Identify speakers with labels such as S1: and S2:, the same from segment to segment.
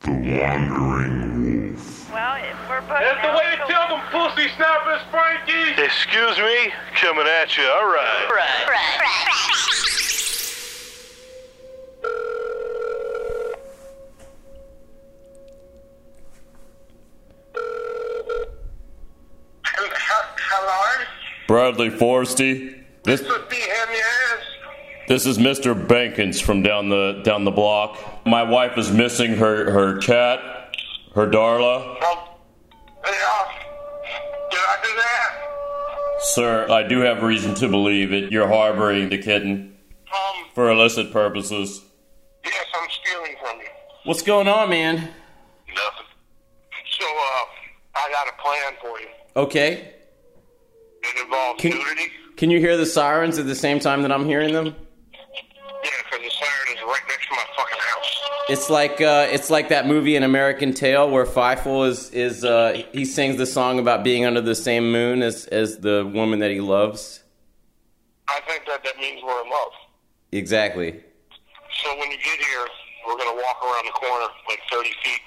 S1: The Wandering Wolf.
S2: Well, it- we're both.
S3: That's the
S2: now
S3: way to
S2: cool.
S3: tell them pussy snappers, Frankie.
S4: Excuse me, coming at you. All right.
S5: Hello?
S6: Bradley Forsty. This
S5: Could be him, yes.
S6: this is Mr. Bankins from down the down the block. My wife is missing her her cat, her Darla.
S5: Well, yeah. Did I do that?
S6: Sir, I do have reason to believe that you're harboring the kitten
S5: Um,
S6: for illicit purposes.
S5: yes, I'm stealing from you.
S6: What's going on, man?
S5: Nothing. So, uh, I got a plan for you.
S7: Okay.
S5: It involves
S7: Can-
S5: nudity.
S7: Can you hear the sirens at the same time that I'm hearing them?
S5: Yeah, because the siren is right next to my fucking house.
S7: It's like uh, it's like that movie An American Tale where Feifel is is uh, he sings the song about being under the same moon as as the woman that he loves.
S5: I think that that means we're in love.
S7: Exactly.
S5: So when you get here, we're going to walk around the corner like 30 feet.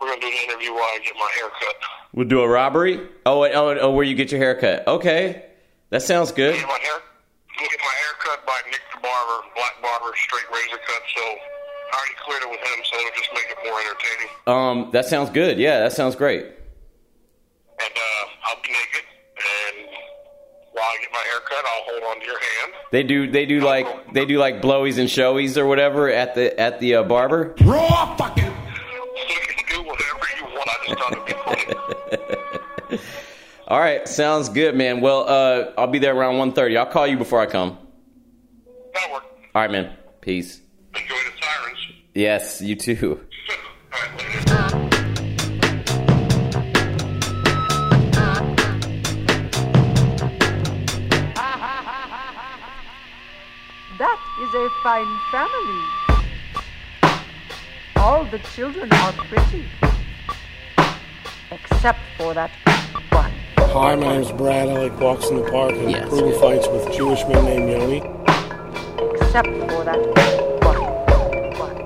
S5: We're going to do an interview while I get my hair cut.
S7: We'll do a robbery. Oh, wait, oh, oh, where you get your haircut? Okay, that sounds good.
S5: Get my hair, get my hair cut by Nick the barber, black barber, straight razor cut. So I already cleared it with him, so it'll just make it more entertaining.
S7: Um, that sounds good. Yeah, that sounds great.
S5: And uh, I'll be naked, and while I get my hair cut, I'll hold on to your hand.
S7: They do they do like they do like blowies and showies or whatever at the at the uh, barber.
S1: Raw fucking.
S5: So you can do whatever you want. I just thought it'd be funny.
S7: All right, sounds good, man. Well, uh, I'll be there around 1.30. I'll call you before I come.
S5: That worked.
S7: All right, man. Peace.
S5: Enjoy the sirens.
S7: Yes, you too.
S5: All right, later.
S8: That is a fine family. All the children are pretty. Except for that one.
S9: Hi, my name's Brad. I like walks in the park and brutal fights with Jewish men named Yoni.
S8: Except for that one. one.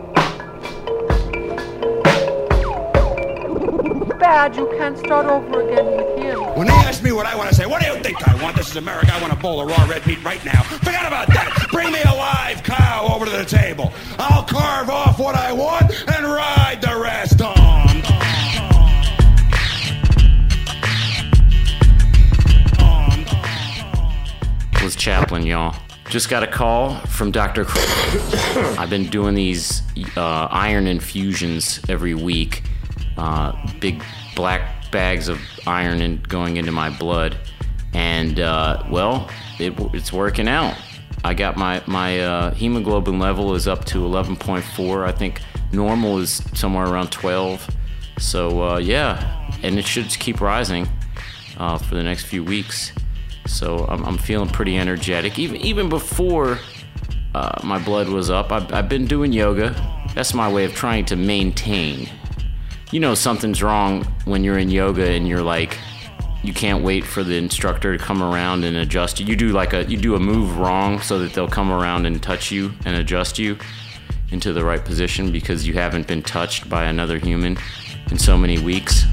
S8: Bad, you can't start over again with him.
S1: When they ask me what I want to say, what do you think I want? This is America. I want a bowl of raw red meat right now. Forget about that. Bring me a live cow over to the table. I'll carve off what I want and ride the rest on. On, on, on.
S10: was Chaplin, y'all. Just got a call from Dr. Cr- I've been doing these uh, iron infusions every week. Uh, big black bags of iron and going into my blood. And, uh, well, it, it's working out. I got my, my uh, hemoglobin level is up to 11.4. I think normal is somewhere around 12. So, uh, yeah, and it should keep rising uh, for the next few weeks. So I'm, I'm feeling pretty energetic. Even even before uh, my blood was up, I've, I've been doing yoga. That's my way of trying to maintain. You know something's wrong when you're in yoga and you're like, you can't wait for the instructor to come around and adjust you. You do like a you do a move wrong so that they'll come around and touch you and adjust you into the right position because you haven't been touched by another human in so many weeks.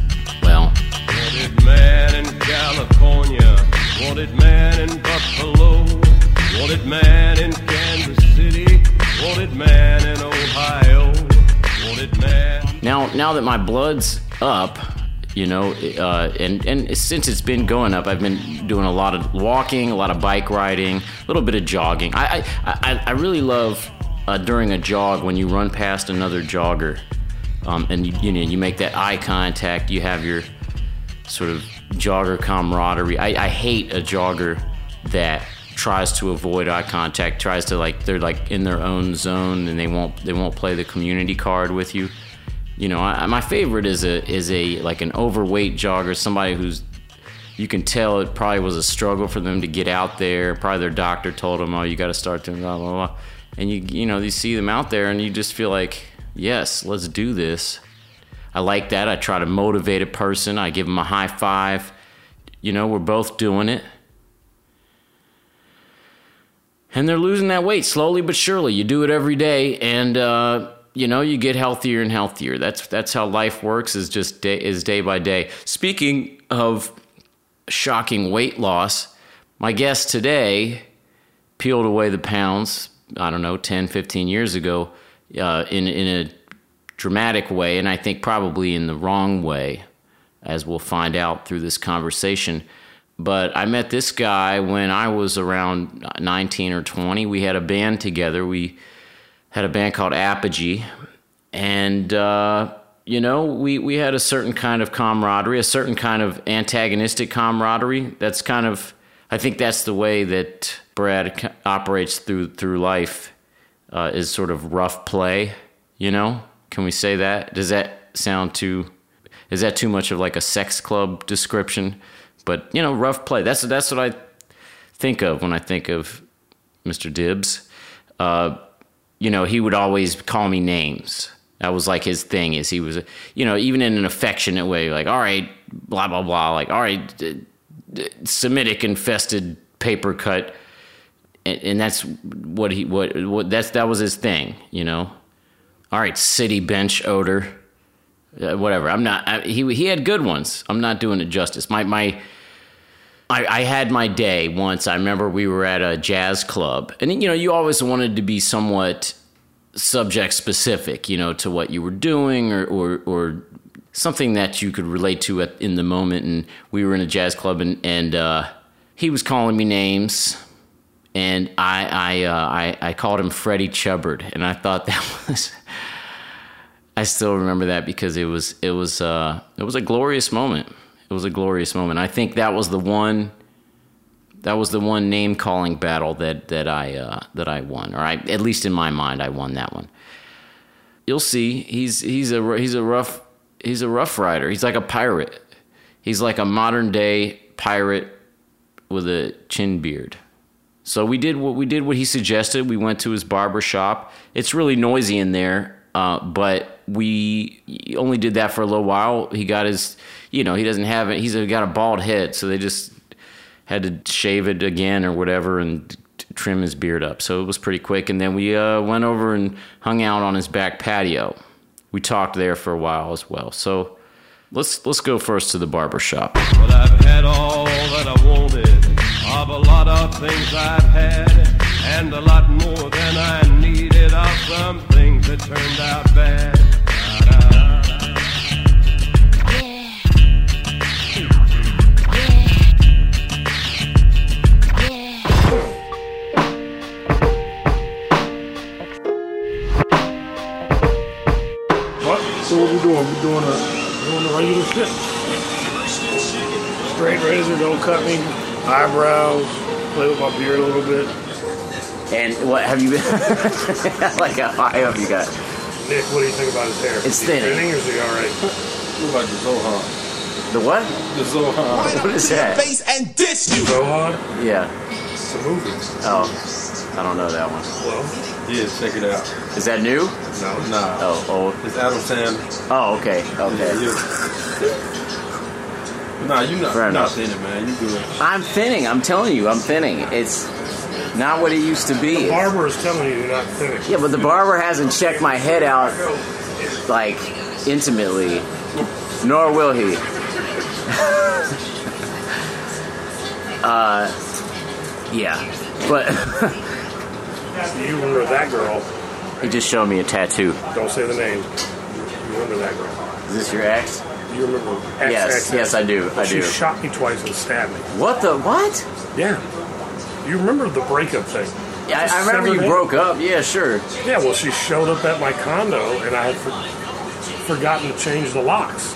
S10: Well,
S3: Wanted man in California. Wanted man in Buffalo. Wanted man in Kansas City. Wanted man in Ohio. Wanted man.
S10: Now, now that my blood's up, you know, uh, and and since it's been going up, I've been doing a lot of walking, a lot of bike riding, a little bit of jogging. I I, I, I really love uh, during a jog when you run past another jogger, um, and you, you know you make that eye contact. You have your sort of jogger camaraderie. I, I hate a jogger that tries to avoid eye contact, tries to like they're like in their own zone and they won't they won't play the community card with you. You know, I, my favorite is a is a like an overweight jogger, somebody who's you can tell it probably was a struggle for them to get out there. Probably their doctor told them, "Oh, you got to start doing blah blah blah," and you you know you see them out there and you just feel like, "Yes, let's do this." I like that. I try to motivate a person. I give them a high five. You know, we're both doing it. And they're losing that weight slowly but surely. You do it every day, and uh, you know you get healthier and healthier that's that's how life works is just day is day by day speaking of shocking weight loss my guest today peeled away the pounds i don't know 10 15 years ago uh, in in a dramatic way and i think probably in the wrong way as we'll find out through this conversation but i met this guy when i was around 19 or 20 we had a band together we had a band called Apogee, and uh, you know we we had a certain kind of camaraderie, a certain kind of antagonistic camaraderie. That's kind of I think that's the way that Brad c- operates through through life uh, is sort of rough play. You know, can we say that? Does that sound too? Is that too much of like a sex club description? But you know, rough play. That's that's what I think of when I think of Mr. Dibbs. Uh, you know, he would always call me names. That was like his thing. Is he was, you know, even in an affectionate way, like, all right, blah blah blah, like, all right, d- d- Semitic infested paper cut, and, and that's what he what what that's that was his thing, you know. All right, city bench odor, uh, whatever. I'm not. I, he he had good ones. I'm not doing it justice. My my I, I had my day once. I remember we were at a jazz club, and you know, you always wanted to be somewhat subject specific, you know, to what you were doing or or, or something that you could relate to at, in the moment. And we were in a jazz club, and and uh, he was calling me names, and I I, uh, I I called him Freddie Chubbard, and I thought that was. I still remember that because it was it was uh, it was a glorious moment. It was a glorious moment. I think that was the one that was the one name calling battle that that I uh, that I won, or I, at least in my mind I won that one. You'll see. He's he's a he's a rough he's a rough rider. He's like a pirate. He's like a modern day pirate with a chin beard. So we did what we did what he suggested. We went to his barber shop. It's really noisy in there, uh, but we only did that for a little while. He got his, you know, he doesn't have it. He's got a bald head, so they just had to shave it again or whatever and t- trim his beard up. So it was pretty quick. And then we uh, went over and hung out on his back patio. We talked there for a while as well. So let's let's go first to the barber shop.
S3: But I've had all that I wanted of a lot of things I've had, and a lot more than I needed of some things that turned out bad.
S9: So what we doing? We doing a doing a regular fit. Straight razor, don't cut me. Eyebrows, play with my beard a little bit.
S11: And what have you been? like, how high have you got?
S9: Nick, what do you think about his hair?
S11: It's
S9: Is he
S11: thinning.
S9: Thinning or is he all right?
S12: Look like the Zohan.
S11: The what?
S12: The Zohan.
S11: What is that?
S13: and diss you.
S9: Rohan,
S11: Yeah.
S9: it's a movie.
S11: Oh, I don't know that one.
S9: Well,
S12: Yeah, check it out.
S11: Is that new?
S12: No, nah.
S11: Oh, old.
S12: It's Adam Sandler.
S11: Oh, okay,
S12: Yeah,
S11: okay.
S12: yeah. Nah, you not,
S11: Fair
S12: you not
S11: enough.
S12: seeing it, man. You good.
S11: I'm thinning. I'm telling you, I'm thinning. It's not what it used to be.
S9: barber is telling you you're not thinning.
S11: Yeah, but the barber hasn't checked my head out like intimately, nor will he. uh, Uh, yeah, but
S9: You remember that girl?
S11: he just showed me a tattoo.
S9: Don't say the name. You remember that girl?
S11: Is this your ex?
S9: You remember? X,
S11: Yes,
S9: X, X.
S11: yes, I do, I
S9: she
S11: do.
S9: shot me twice and stabbed me.
S11: What the what?
S9: Yeah. You remember the breakup thing?
S11: Yeah, I, I remember
S9: Severed
S11: you
S9: head?
S11: broke up. Yeah, sure.
S9: Yeah, well, she showed up at my condo, and I had for- forgotten to change the locks.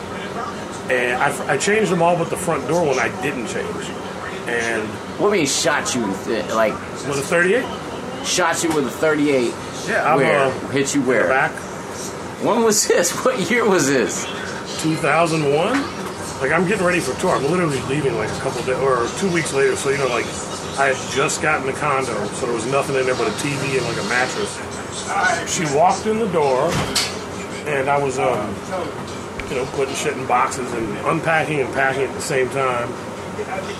S9: And I, I changed them all, but the front door one I didn't change. And
S11: What do you mean shot you? with it? Like
S9: was it 38?
S11: shot you with a 38?
S9: Yeah, I'm,
S11: where
S9: uh,
S11: hit you where?
S9: Back
S11: When was this? What year was this?
S9: 2001. Like I'm getting ready for tour. I'm literally leaving like a couple days or two weeks later. So you know, like I had just gotten the condo, so there was nothing in there but a TV and like a mattress. She walked in the door, and I was um, you know, putting shit in boxes and unpacking and packing at the same time.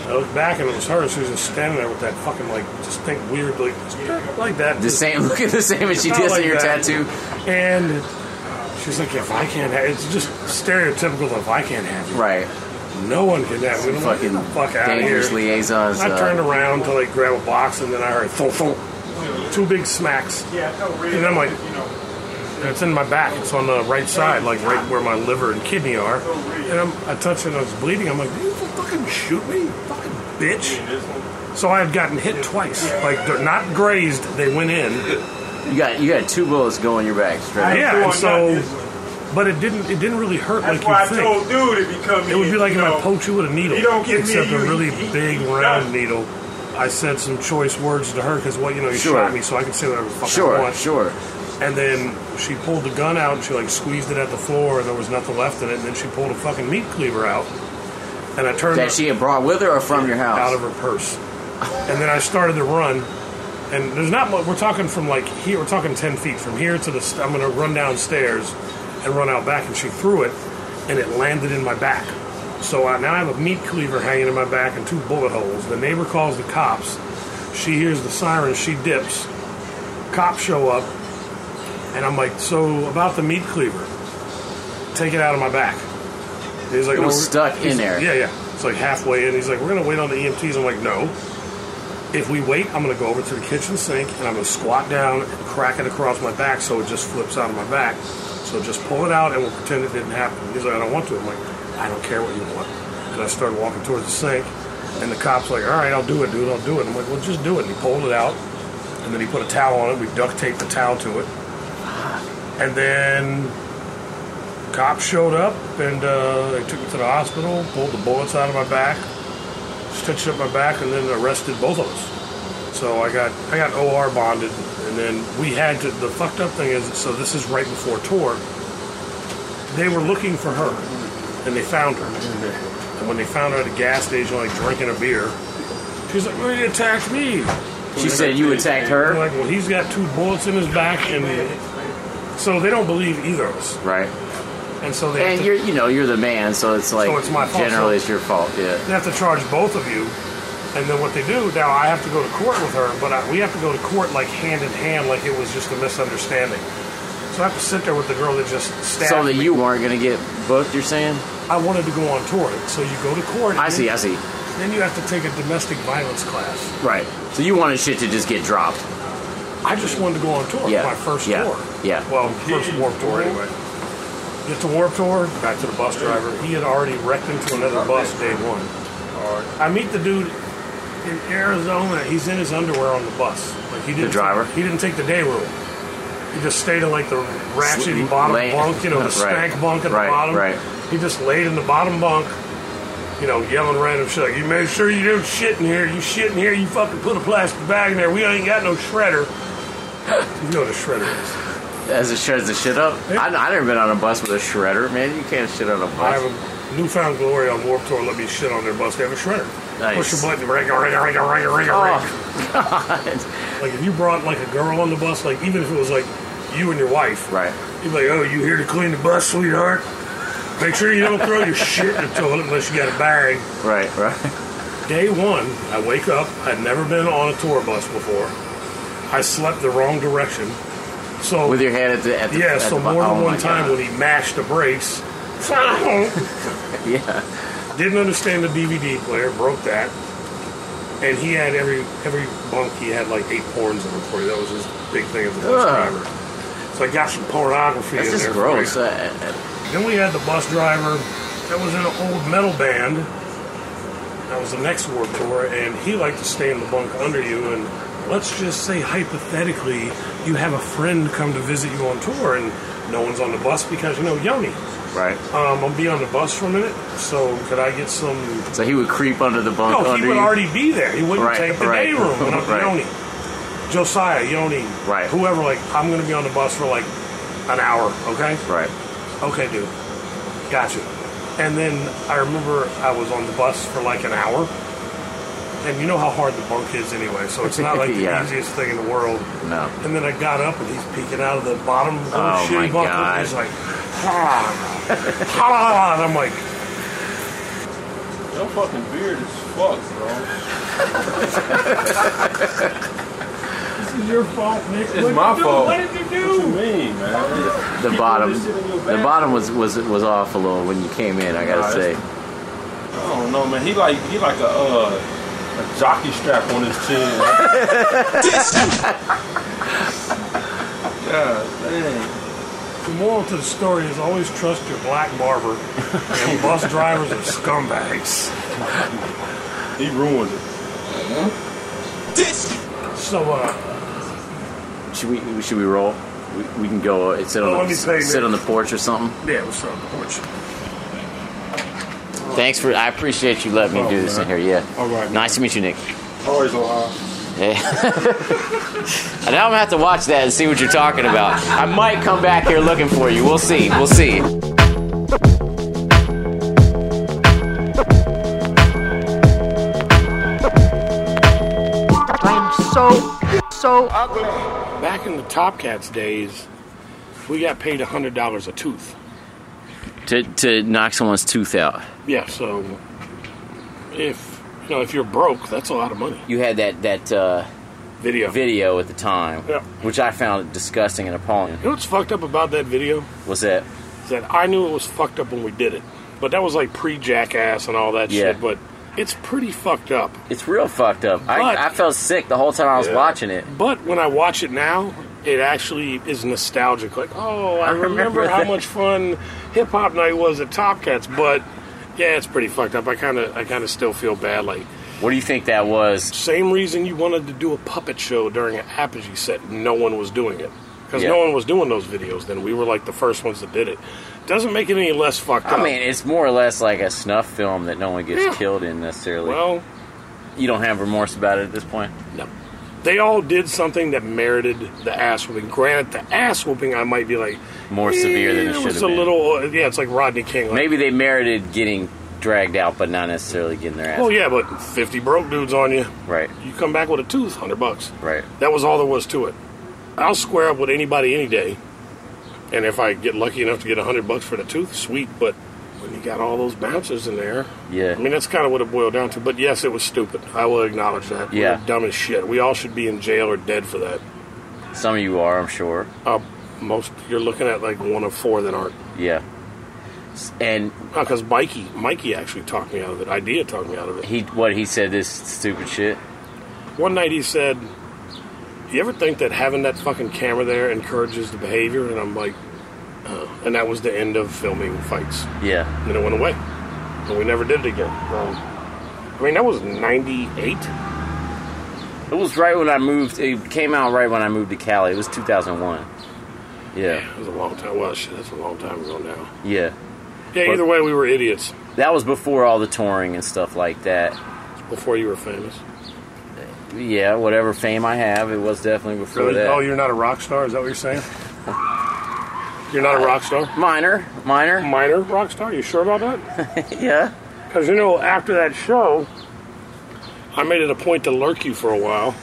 S9: I looked back and it was her. and She was just standing there with that fucking like just think weird like like that.
S6: The same- looking the same as she
S9: Not
S6: does in your tattoo.
S9: And she's like, if I can't have, it's just stereotypical of if I can't have you,
S6: Right.
S9: no one can have you.
S6: Fucking
S9: Fucking fuck out of here.
S6: dangerous liaisons,
S9: I
S6: uh,
S9: turned around to like grab a box and then I heard thump, thump, two big smacks. And I'm like, and it's in my back. It's on the right side, like right where my liver and kidney are. And I'm, I touched it and I was bleeding. I'm like, you fucking shoot me, fucking bitch. So I had gotten hit twice. Like, they're not grazed, they went in.
S6: You got you got two bullets go in your back straight. up.
S9: Yeah, and so. But it didn't. It didn't really hurt
S10: That's
S9: like
S10: why I
S9: you think.
S10: told dude if he come
S9: it would be
S10: in,
S9: like
S10: you
S9: if
S10: know,
S9: I poked you with a needle,
S10: you don't get me,
S9: except a
S10: you-
S9: really
S10: he-
S9: big
S10: he-
S9: round needle. I said some choice words to her because what you know you
S6: Sure.
S9: shot me, so I can say whatever the fuck
S6: Sure,
S9: I want.
S6: sure.
S9: And then she pulled the gun out and she like squeezed it at the floor and there was nothing left in it. And then she pulled a fucking meat cleaver out, and I turned
S6: That she had brought with her or from your house?
S9: out of her purse. and then I started to run. And there's not much. We're talking from like here. We're talking ten feet from here to the. St- I'm gonna run downstairs and run out back. And she threw it, and it landed in my back. So I, now I have a meat cleaver hanging in my back and two bullet holes. The neighbor calls the cops. She hears the siren. She dips. Cops show up, and I'm like, so about the meat cleaver. Take it out of my back. He's like,
S6: It was
S9: "Oh, we're-"
S6: stuck in
S9: he's-
S6: there.
S9: Yeah, yeah. It's like halfway in. He's like, we're gonna wait on the EMTs. I'm like, no. If we wait, I'm gonna go over to the kitchen sink and I'm gonna squat down and crack it across my back so it just flips out of my back. So just pull it out and we'll pretend it didn't happen. He's like, I don't want to. I'm like, I don't care what you want. And I started walking towards the sink and the cop's like, all right, I'll do it, dude, I'll do it. I'm like, well, just do it. And he pulled it out and then he put a towel on it. We duct taped the towel to it. And then cops showed up and uh, they took me to the hospital, pulled the bullets out of my back, stitched up my back, and then arrested both of us. So I got I got OR bonded, and then we had to. The fucked up thing is, so this is right before tour. They were looking for her, and they found her. And when they found her at a gas station, like drinking a beer, she's like, "Well, you attacked me."
S6: She said you attacked her?
S9: Like, well, he's got two bullets in his back, and so they don't believe either of us.
S6: Right.
S9: And so they have
S6: And
S9: to-
S6: you're you know you're the man, so it's like
S9: it's my fault,
S6: generally
S9: so-
S6: it's your fault. Yeah.
S9: They have to charge both of you, and then what they do now, I have to go to court with her, but I, we have to go to court like hand in hand, like it was just a misunderstanding. So I have to sit there with the girl that just stabbed.
S6: So that
S9: me.
S6: you weren't gonna get booked. You're saying?
S9: I wanted to go on tour, so you go to court. and
S6: I
S9: then-
S6: see. I see.
S9: Then you have to take a domestic violence class.
S6: Right. So you wanted shit to just get dropped.
S9: I just wanted to go on tour.
S6: Yeah.
S9: My first
S6: yeah.
S9: tour.
S6: Yeah.
S9: Well, first warp tour anyway. Get to warp tour, back to the bus driver. He had already wrecked into another bus day one. I meet the dude in Arizona. He's in his underwear on the bus. Like he didn't.
S6: The driver?
S9: He didn't take the day rule. He just stayed in like the ratchet
S6: Sleep-
S9: bottom
S6: lay-
S9: bunk, you know, the
S6: Right.
S9: spank bunk at
S6: Right,
S9: the bottom.
S6: right.
S9: He just laid in the bottom bunk, you know, yelling random shit. Like, you made sure you don't shit in here. You shit in here. You fucking put a plastic bag in there. We ain't got no shredder. you know what a shredder is.
S6: As it shreds the shit up. I I never been on a bus with a shredder, man. You can't shit on a
S9: I
S6: bus.
S9: have a newfound glory on Warped Tour. Let me shit on their bus. They have a shredder.
S6: Nice.
S9: Push your button. Ring, ring, ring, ring, ring,
S6: Oh,
S9: God. Like if you brought like a girl on the bus, like even if it was like you and your wife,
S6: right?
S9: You'd be like, "Oh, you here to clean the bus, sweetheart? Make sure you don't throw your shit in the toilet unless you got a bag."
S6: Right. Right.
S9: Day one, I wake up. I'd never been on a tour bus before. I slept the wrong direction. So
S6: With your head at the at the
S9: yeah,
S6: at
S9: so
S6: the, bu-
S9: more than
S6: oh
S9: one
S6: my
S9: time
S6: God.
S9: when he mashed the brakes.
S6: yeah.
S9: Didn't understand the DVD player, broke that, and he had every every bunk he had like eight porns in it for you. That was his big thing as a bus
S6: Ugh.
S9: driver. So I got some pornography
S6: That's
S9: in
S6: just
S9: there. for
S6: gross.
S9: you.
S6: Uh,
S9: Then we had the bus driver that was in an old metal band. That was the next war tour, and he liked to stay in the bunk under you. And let's just say, hypothetically, you have a friend come to visit you on tour, and no one's on the bus because you know Yoni.
S6: right.
S9: Um, I'll be on the bus for a minute, so could I get some?
S6: So he would creep under the bunk.
S9: No, he
S6: under
S9: would
S6: you.
S9: already be there. He wouldn't
S6: Right,
S9: take the
S6: right.
S9: day room. And I'm
S6: Right.
S9: Yoni, Josiah, Yoni,
S6: Right.
S9: whoever. Like I'm going to be on the bus for like an hour. Okay.
S6: Right.
S9: Okay, dude. Gotcha. And then I remember I was on the bus for like an hour. And you know how hard the bunk is anyway, so it's not like the
S6: Yeah.
S9: easiest thing in the world.
S6: No.
S9: And then I got up and he's peeking out of the bottom of the
S6: Oh, my
S9: shitty bunk.
S6: God.
S9: And he's like, ha, ha, and I'm like,
S3: Your fucking beard is fucked, bro.
S9: This is your fault, Nick.
S3: It's my fault.
S9: you do?
S3: What you mean, man?
S10: The
S3: You
S10: bottom,
S3: doing this shit in your
S10: the bottom was was was off a little when you came in. I
S3: Nah,
S10: gotta say.
S3: it's- I don't know, man. He like he like a uh, a jockey strap on his chin. God dang.
S9: The moral to the story is always trust your black barber and bus drivers are scumbags.
S3: He ruined it.
S9: So, uh,
S10: Should we should we roll? We, we can go uh, sit
S9: Oh,
S10: on
S9: let me
S10: the,
S9: pay
S10: sit
S9: me.
S10: on the porch or something.
S9: yeah, what's up, porch?
S10: Thanks for I appreciate you letting me do this in here. Yeah.
S9: Oh, All right,
S10: Nice to meet you, Nick.
S3: Always alive.
S10: Yeah. And now I'm gonna have to watch that and see what you're talking about. I might come back here looking for you. We'll see. We'll see.
S8: I'm so, so ugly.
S9: Back in the Top Cats days, we got paid $100 a tooth.
S10: To to knock someone's tooth out.
S9: Yeah, so if, you know, if you're broke, that's a lot of money.
S10: You had that that uh,
S9: Video.
S10: video at the time,
S9: Yeah.
S10: which I found disgusting and appalling.
S9: You know what's fucked up about that video?
S10: Was that?
S9: Is that I knew it was fucked up when we did it. But that was like pre jackass and all that
S10: Yeah.
S9: shit. But it's pretty fucked up.
S10: It's real fucked up.
S9: But-
S10: I, I felt sick the whole time I was
S9: Yeah.
S10: watching it.
S9: But when I watch it now, it actually is nostalgic. Like, oh, I
S10: I remember
S9: remember how
S10: that.
S9: much fun hip hop night was at Top Cats. But yeah, it's pretty fucked up. I kind of, I kind of still feel bad. Like,
S10: What do you think that was?
S9: same reason you wanted to do a puppet show during an Apogee set, no one was doing it because
S10: Yeah.
S9: no one was doing those videos. Then we were like the first ones that did it. Doesn't make it any less fucked up.
S10: I mean, it's more or less like a snuff film that no one gets
S9: Yeah.
S10: killed in necessarily.
S9: well,
S10: you don't have remorse about it at this point.
S9: no. They all did something that merited the ass whooping. Granted, the ass whooping, I might be like
S10: More severe than it
S9: "Eh,
S10: should
S9: was
S10: have
S9: a
S10: been."
S9: little, yeah, it's like Rodney King. Like,
S10: Maybe they merited getting dragged out, but not necessarily getting their ass.
S9: Well, yeah, but fifty broke dudes on you.
S10: Right,
S9: You come back with a tooth, hundred bucks.
S10: right.
S9: That was all there was to it. I'll square up with anybody any day. And if I get lucky enough to get a hundred bucks for the tooth, sweet. But when you got all those bouncers in there,
S10: Yeah.
S9: I mean that's kind of what it boiled down to. But yes, it was stupid. I will acknowledge that. We
S10: Yeah.
S9: were dumb as shit. We all should be in jail or dead for that.
S10: Some of you are, I'm sure.
S9: Uh, most you're looking at like one of four that aren't.
S10: Yeah. S- And
S9: Because Mikey, Mikey actually talked me out of it. Idea talked me out of it.
S10: he, what he said, this stupid shit.
S9: One night he said, "You ever think that having that fucking camera there encourages the behavior?" And I'm like, uh, and that was the end of filming fights.
S10: Yeah,
S9: And then it went away, and we never did it again. Um, I mean, that was '98.
S10: it was right when I moved. It came out right when I moved to Cali. It was 2001. Yeah,
S9: That was a long time. Well, shit, that's a long time ago now.
S10: yeah.
S9: Yeah. Either way, we were idiots
S10: That was before all the touring and stuff like that.
S9: before you were famous.
S10: Yeah, whatever fame I have, it was definitely before
S9: Really?
S10: that.
S9: Oh, you're not a rock star? Is that what you're saying? you're not a rock star.
S10: minor, minor.
S9: Minor rock star? You sure about that?
S10: yeah.
S9: Because, you know, after that show, I made it a point to lurk you for a while.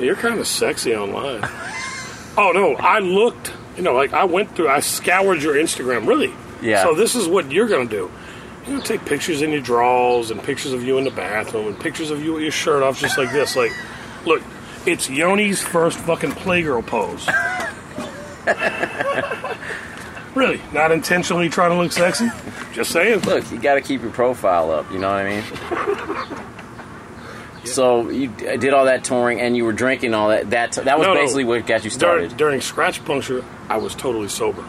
S9: You're kind of sexy online. oh, no, I looked, you know, like I went through, I scoured your Instagram, really.
S10: Yeah.
S9: So this is what you're going to do. You're going to take pictures in your drawers and pictures of you in the bathroom and pictures of you with your shirt off, just like this. Like, look, it's Yoni's first fucking Playgirl pose. really? Not intentionally trying to look sexy? Just saying.
S10: Look, you got to keep your profile up. You know what I mean? so you d- did all that touring, and you were drinking all that. That that was
S9: No, no.
S10: basically what got you
S9: During,
S10: started.
S9: during scratch puncture, I was totally sober.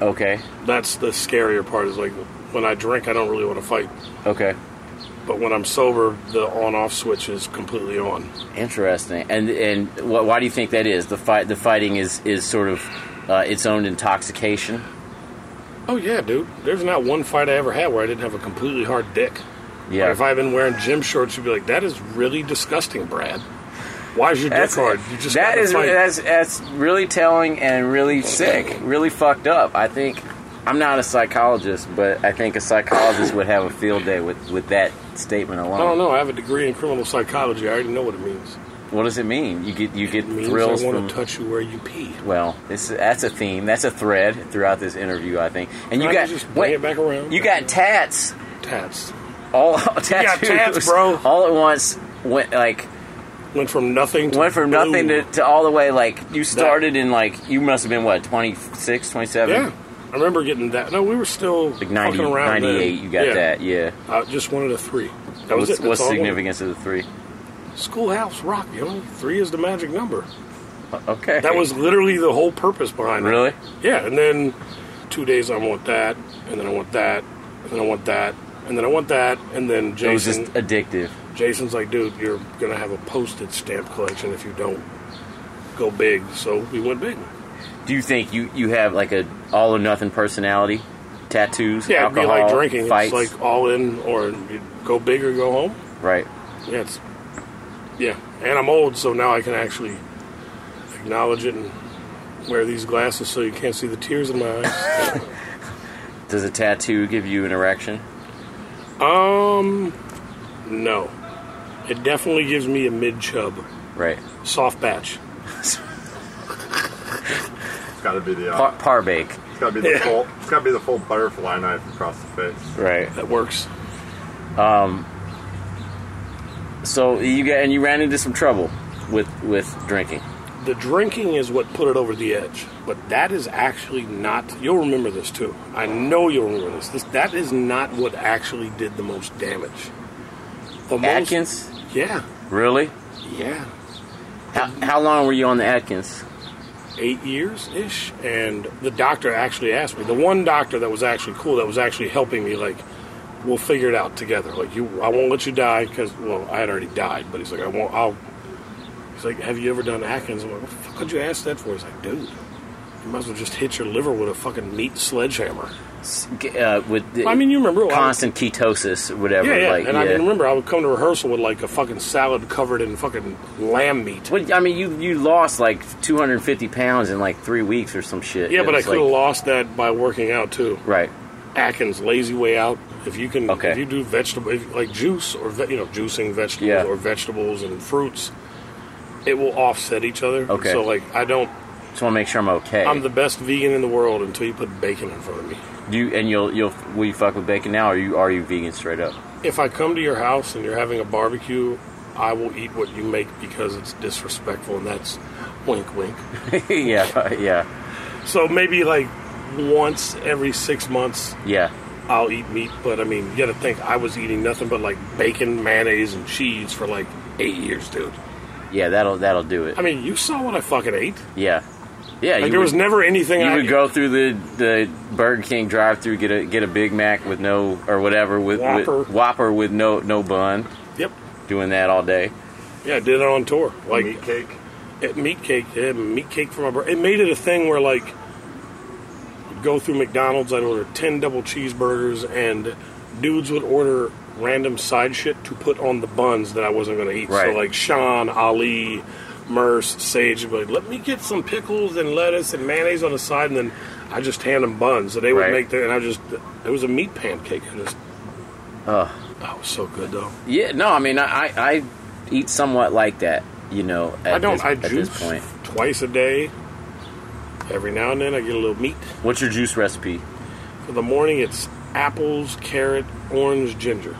S10: Okay.
S9: That's the scarier part. Is like when I drink, I don't really want to fight,
S10: Okay.
S9: but when I'm sober, the on-off switch is completely on.
S10: Interesting. And and wh- why do you think that is? The fight, the fighting is is sort of uh, its own intoxication.
S9: Oh yeah, dude. There's not one fight I ever had where I didn't have a completely hard dick.
S10: Yeah.
S9: Like, if I've been wearing gym shorts, you'd be like, "That is really disgusting, Brad. Why's your dick hard? You just
S10: that
S9: gotta
S10: is
S9: fight."
S10: that's that's really telling and really sick, really fucked up. I think I'm not a psychologist, but I think a psychologist would have a field day with with that statement alone.
S9: I don't know. I have a degree in criminal psychology. I already know what it means.
S10: What does it mean? You get you get
S9: It means
S10: thrills
S9: I want
S10: from.
S9: to touch you where you pee.
S10: well, it's, that's a theme. That's a thread throughout this intervie, I think. And you
S9: Can I
S10: got
S9: just bring
S10: wait,
S9: it back around?
S10: you got tats
S9: Tats.
S10: all
S9: got
S10: tattoos,
S9: tats, bro.
S10: All at once went like
S9: went from nothing. to
S10: Went from
S9: blue.
S10: nothing to, to all the way like you started in like you must have been what 26, 27?
S9: Yeah, I remember getting that. No, we were still
S10: like 90,
S9: fucking around.
S10: 98,
S9: then.
S10: You got
S9: Yeah.
S10: that? Yeah.
S9: I just wanted a three. That was
S10: what's
S9: it. That's
S10: what's
S9: all I
S10: the
S9: wanted.
S10: significance of the three?
S9: Schoolhouse Rock, yo. Three is the magic number.
S10: Okay.
S9: That was literally the whole purpose behind it.
S10: Really?
S9: Yeah, and then two days I want that, and then I want that, and then I want that, and then I want that, and then
S10: It was just
S9: Jason.
S10: addictive.
S9: Jason's like, dude, you're gonna have a postage stamp collection if you don't go big. So we went big.
S10: Do you think you you have like a all or nothing personality? Tattoos,
S9: Yeah,
S10: alcohol,
S9: it'd be like drinking.
S10: fights,
S9: It's like all in, or you go big or go home.
S10: right?
S9: Yeah, it's yeah. And I'm old, so now I can actually acknowledge it and wear these glasses so you can't see the tears in my eyes.
S10: Does a tattoo give you an erection?
S9: um, no, it definitely gives me a mid chub,
S10: Right.
S9: soft batch.
S14: It's got to be the.
S10: Par-
S14: Uh,
S10: parbake.
S14: it's got to be the
S9: Yeah.
S14: full. It's got to be the full butterfly knife across the face.
S10: Right.
S9: That works.
S10: Um. So you got and you ran into some trouble with with drinking.
S9: The drinking is what put it over the edge, but that is actually not. You'll remember this too. I know you'll remember this. this that is not what actually did the most damage. The most-
S10: Atkins?
S9: Yeah,
S10: Really?
S9: yeah.
S10: How, how long were you on the Atkins?
S9: eight years ish, and the doctor actually asked me. The one doctor that was actually cool, that was actually helping me, like, we'll figure it out together. Like, you, I won't let you die because, well, I had already died, but he's like, I won't. I'll. He's like, Have you ever done Atkins? I'm like, What the fuck could you ask that for? He's like, Dude, you might as well just hit your liver with a fucking meat sledgehammer.
S10: S- g- Uh, with the
S9: I mean, you remember what I-
S10: constant ketosis, or whatever.
S9: yeah, yeah.
S10: Like,
S9: and I can remember I would come to rehearsal with like a fucking salad covered in fucking lamb meat.
S10: What, I mean, you you lost like 250 pounds in like three weeks or some shit.
S9: Yeah,
S10: It
S9: but I
S10: was
S9: could have
S10: like-
S9: lost that by working out too.
S10: Right.
S9: Atkins lazy way out. If you can, if you do vegetable if, like juice or ve- you know juicing vegetables
S10: Yeah.
S9: or vegetables and fruits, it will offset each other.
S10: Okay.
S9: So like I don't.
S10: Just want to make sure I'm okay.
S9: I'm the best vegan in the world until you put bacon in front of me.
S10: Do you and you'll you'll will you fuck with bacon now? Or are you are you vegan straight up?
S9: If I come to your house and you're having a barbecue, I will eat what you make because it's disrespectful, and that's wink, wink.
S10: yeah, yeah,
S9: So maybe like once every six months,
S10: yeah.
S9: I'll eat meat, but I mean, you gotta think I was eating nothing but like bacon, mayonnaise, and cheese for like eight years, dude.
S10: Yeah, that'll that'll do it.
S9: I mean, you saw what I fucking ate.
S10: yeah, yeah.
S9: Like,
S10: you
S9: there was never anything
S10: You
S9: I-
S10: would go through the the Burger King drive-through, get a get a Big Mac with no or whatever with with-
S9: Whopper.
S10: Whopper with no no bun.
S9: Yep.
S10: Doing that all day.
S9: Yeah, I did it on tour. Like
S14: Meat cake.
S9: It, meat cake. Yeah, meat cake for my bro. It made it a thing where like I'd go through McDonald's, I'd order ten double cheeseburgers, and dudes would order random side shit to put on the buns that I wasn't gonna eat.
S10: Right.
S9: So like Sean, Ali, Merce, Sage, would be like, let me get some pickles and lettuce and mayonnaise on the side, and then I just hand them buns. So they would
S10: Right.
S9: make the and I just it was a meat pancake. I just
S10: Ugh.
S9: oh, it was so good though.
S10: Yeah, no, I mean, I, I, I eat somewhat like that, you know. At
S9: I don't.
S10: This,
S9: I
S10: at
S9: juice
S10: this point.
S9: twice a day. Every now and then, I get a little meat.
S10: What's your juice recipe?
S9: For the morning, it's apples, carrot, orange, ginger.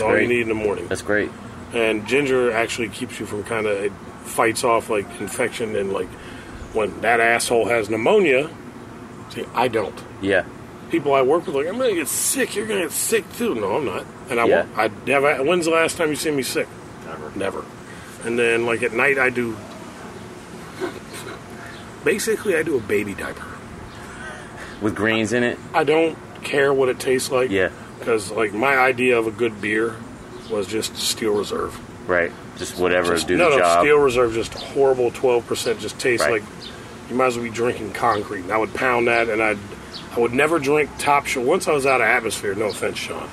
S10: That's
S9: all you
S10: great.
S9: need in the morning.
S10: That's great.
S9: And ginger actually keeps you from kind of it fights off like infection and like when that asshole has pneumonia. See, I don't.
S10: Yeah.
S9: People I work with are like, I'm gonna get sick. You're gonna get sick too. No, I'm not. And I
S10: Yeah.
S9: won't. I never. When's the last time you seen me sick? Never. Never. And then like at night, I do. Basically, I do a baby diaper.
S10: With greens in it.
S9: I don't care what it tastes like.
S10: Yeah.
S9: Because like my idea of a good beer was just Steel Reserve.
S10: Right. Just whatever
S9: Just-
S10: do
S9: no,
S10: the
S9: no,
S10: job.
S9: Steel Reserve just horrible. Twelve percent just tastes
S10: Right.
S9: like you might as well be drinking concrete. And I would pound that, and I'd I would never drink top shelf. Once I was out of atmosphere, no offense, Sean.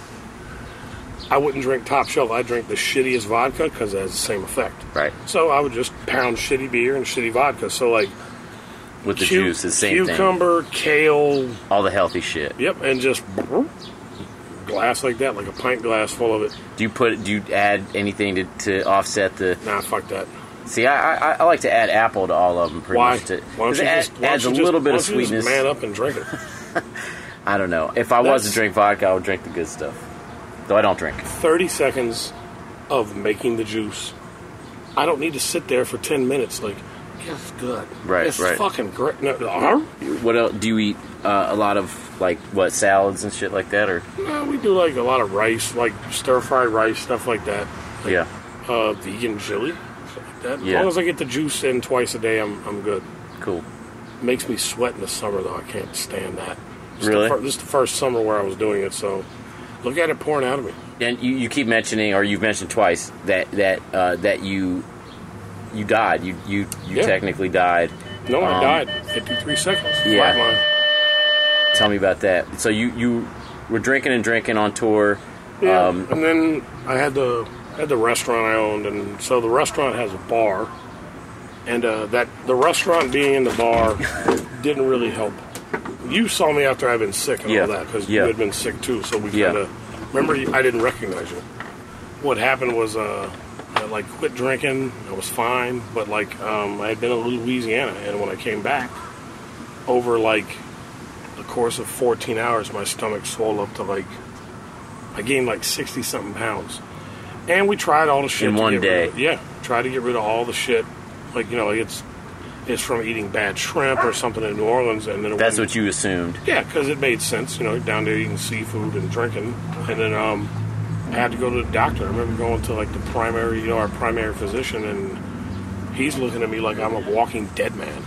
S9: I wouldn't drink top shelf. I drink the shittiest vodka because it has the same effect.
S10: Right.
S9: So I would just pound shitty beer and shitty vodka. So like
S10: With the
S9: cu-
S10: juice, the same thing.
S9: cucumber, kale,
S10: All the healthy shit.
S9: Yep, and just glass like that, like a pint glass full of it.
S10: Do you put? Do you add anything to, to offset the?
S9: Nah, fuck that.
S10: See, I, I I like to add apple to all of them. Pretty
S9: Why?
S10: much. To,
S9: why don't
S10: 'cause
S9: you
S10: it add-
S9: just, why don't
S10: adds
S9: you
S10: a
S9: just-
S10: little bit
S9: why
S10: of
S9: don't you just
S10: sweetness.
S9: man up and drink it.
S10: I don't know. If I was
S9: That's-
S10: to drink vodka, I would drink the good stuff. though I don't drink.
S9: 30 seconds of making the juice. I don't need to sit there for 10 minutes like, it's good.
S10: Right,
S9: it's
S10: right.
S9: fucking great. No, no, huh?
S10: What else? Do you eat uh, a lot of like what salads and shit like that, or
S9: No, we do like a lot of rice, like stir fried rice, stuff like that.
S10: yeah?
S9: Uh, vegan chili, stuff like that. As
S10: Yeah.
S9: long as I get the juice in twice a day, I'm, I'm good.
S10: Cool.
S9: Makes me sweat in the summer, though. I can't stand that. This is
S10: Really?
S9: The fir- this is the first summer where I was doing it, so look at it pouring out of me.
S10: And you, you keep mentioning, or you've mentioned twice that that uh, that you you died. You you you
S9: Yeah.
S10: technically died.
S9: No, I
S10: Um,
S9: died. 53 seconds.
S10: Yeah.
S9: Flatline.
S10: Tell me about that. So you you were drinking and drinking on tour.
S9: Yeah,
S10: Um,
S9: and then I had the had the restaurant I owned, and so the restaurant has a bar, and uh, that the restaurant being in the bar didn't really help. You saw me after I'd been sick and
S10: Yeah,
S9: all that because
S10: yeah.
S9: you had been sick too, so we
S10: Yeah.
S9: kind of remember you- I didn't recognize you. What happened was uh, I like quit drinking. I was fine, but like um, I had been in Louisiana, and when I came back, over like the course of 14 hours, my stomach swelled up to like I gained like 60 something pounds. And we tried all the shit
S10: In
S9: to
S10: one
S9: get rid
S10: day.
S9: of- yeah, tried to get rid of all the shit. Like you know, it's it's from eating bad shrimp or something in New Orleans, and then it
S10: that's
S9: went-
S10: what you assumed.
S9: yeah, because it made sense, you know, down there eating seafood and drinking, and then um, I had to go to the doctor. I remember going to like the primary, you know, our primary physician, and he's looking at me like I'm a walking dead man.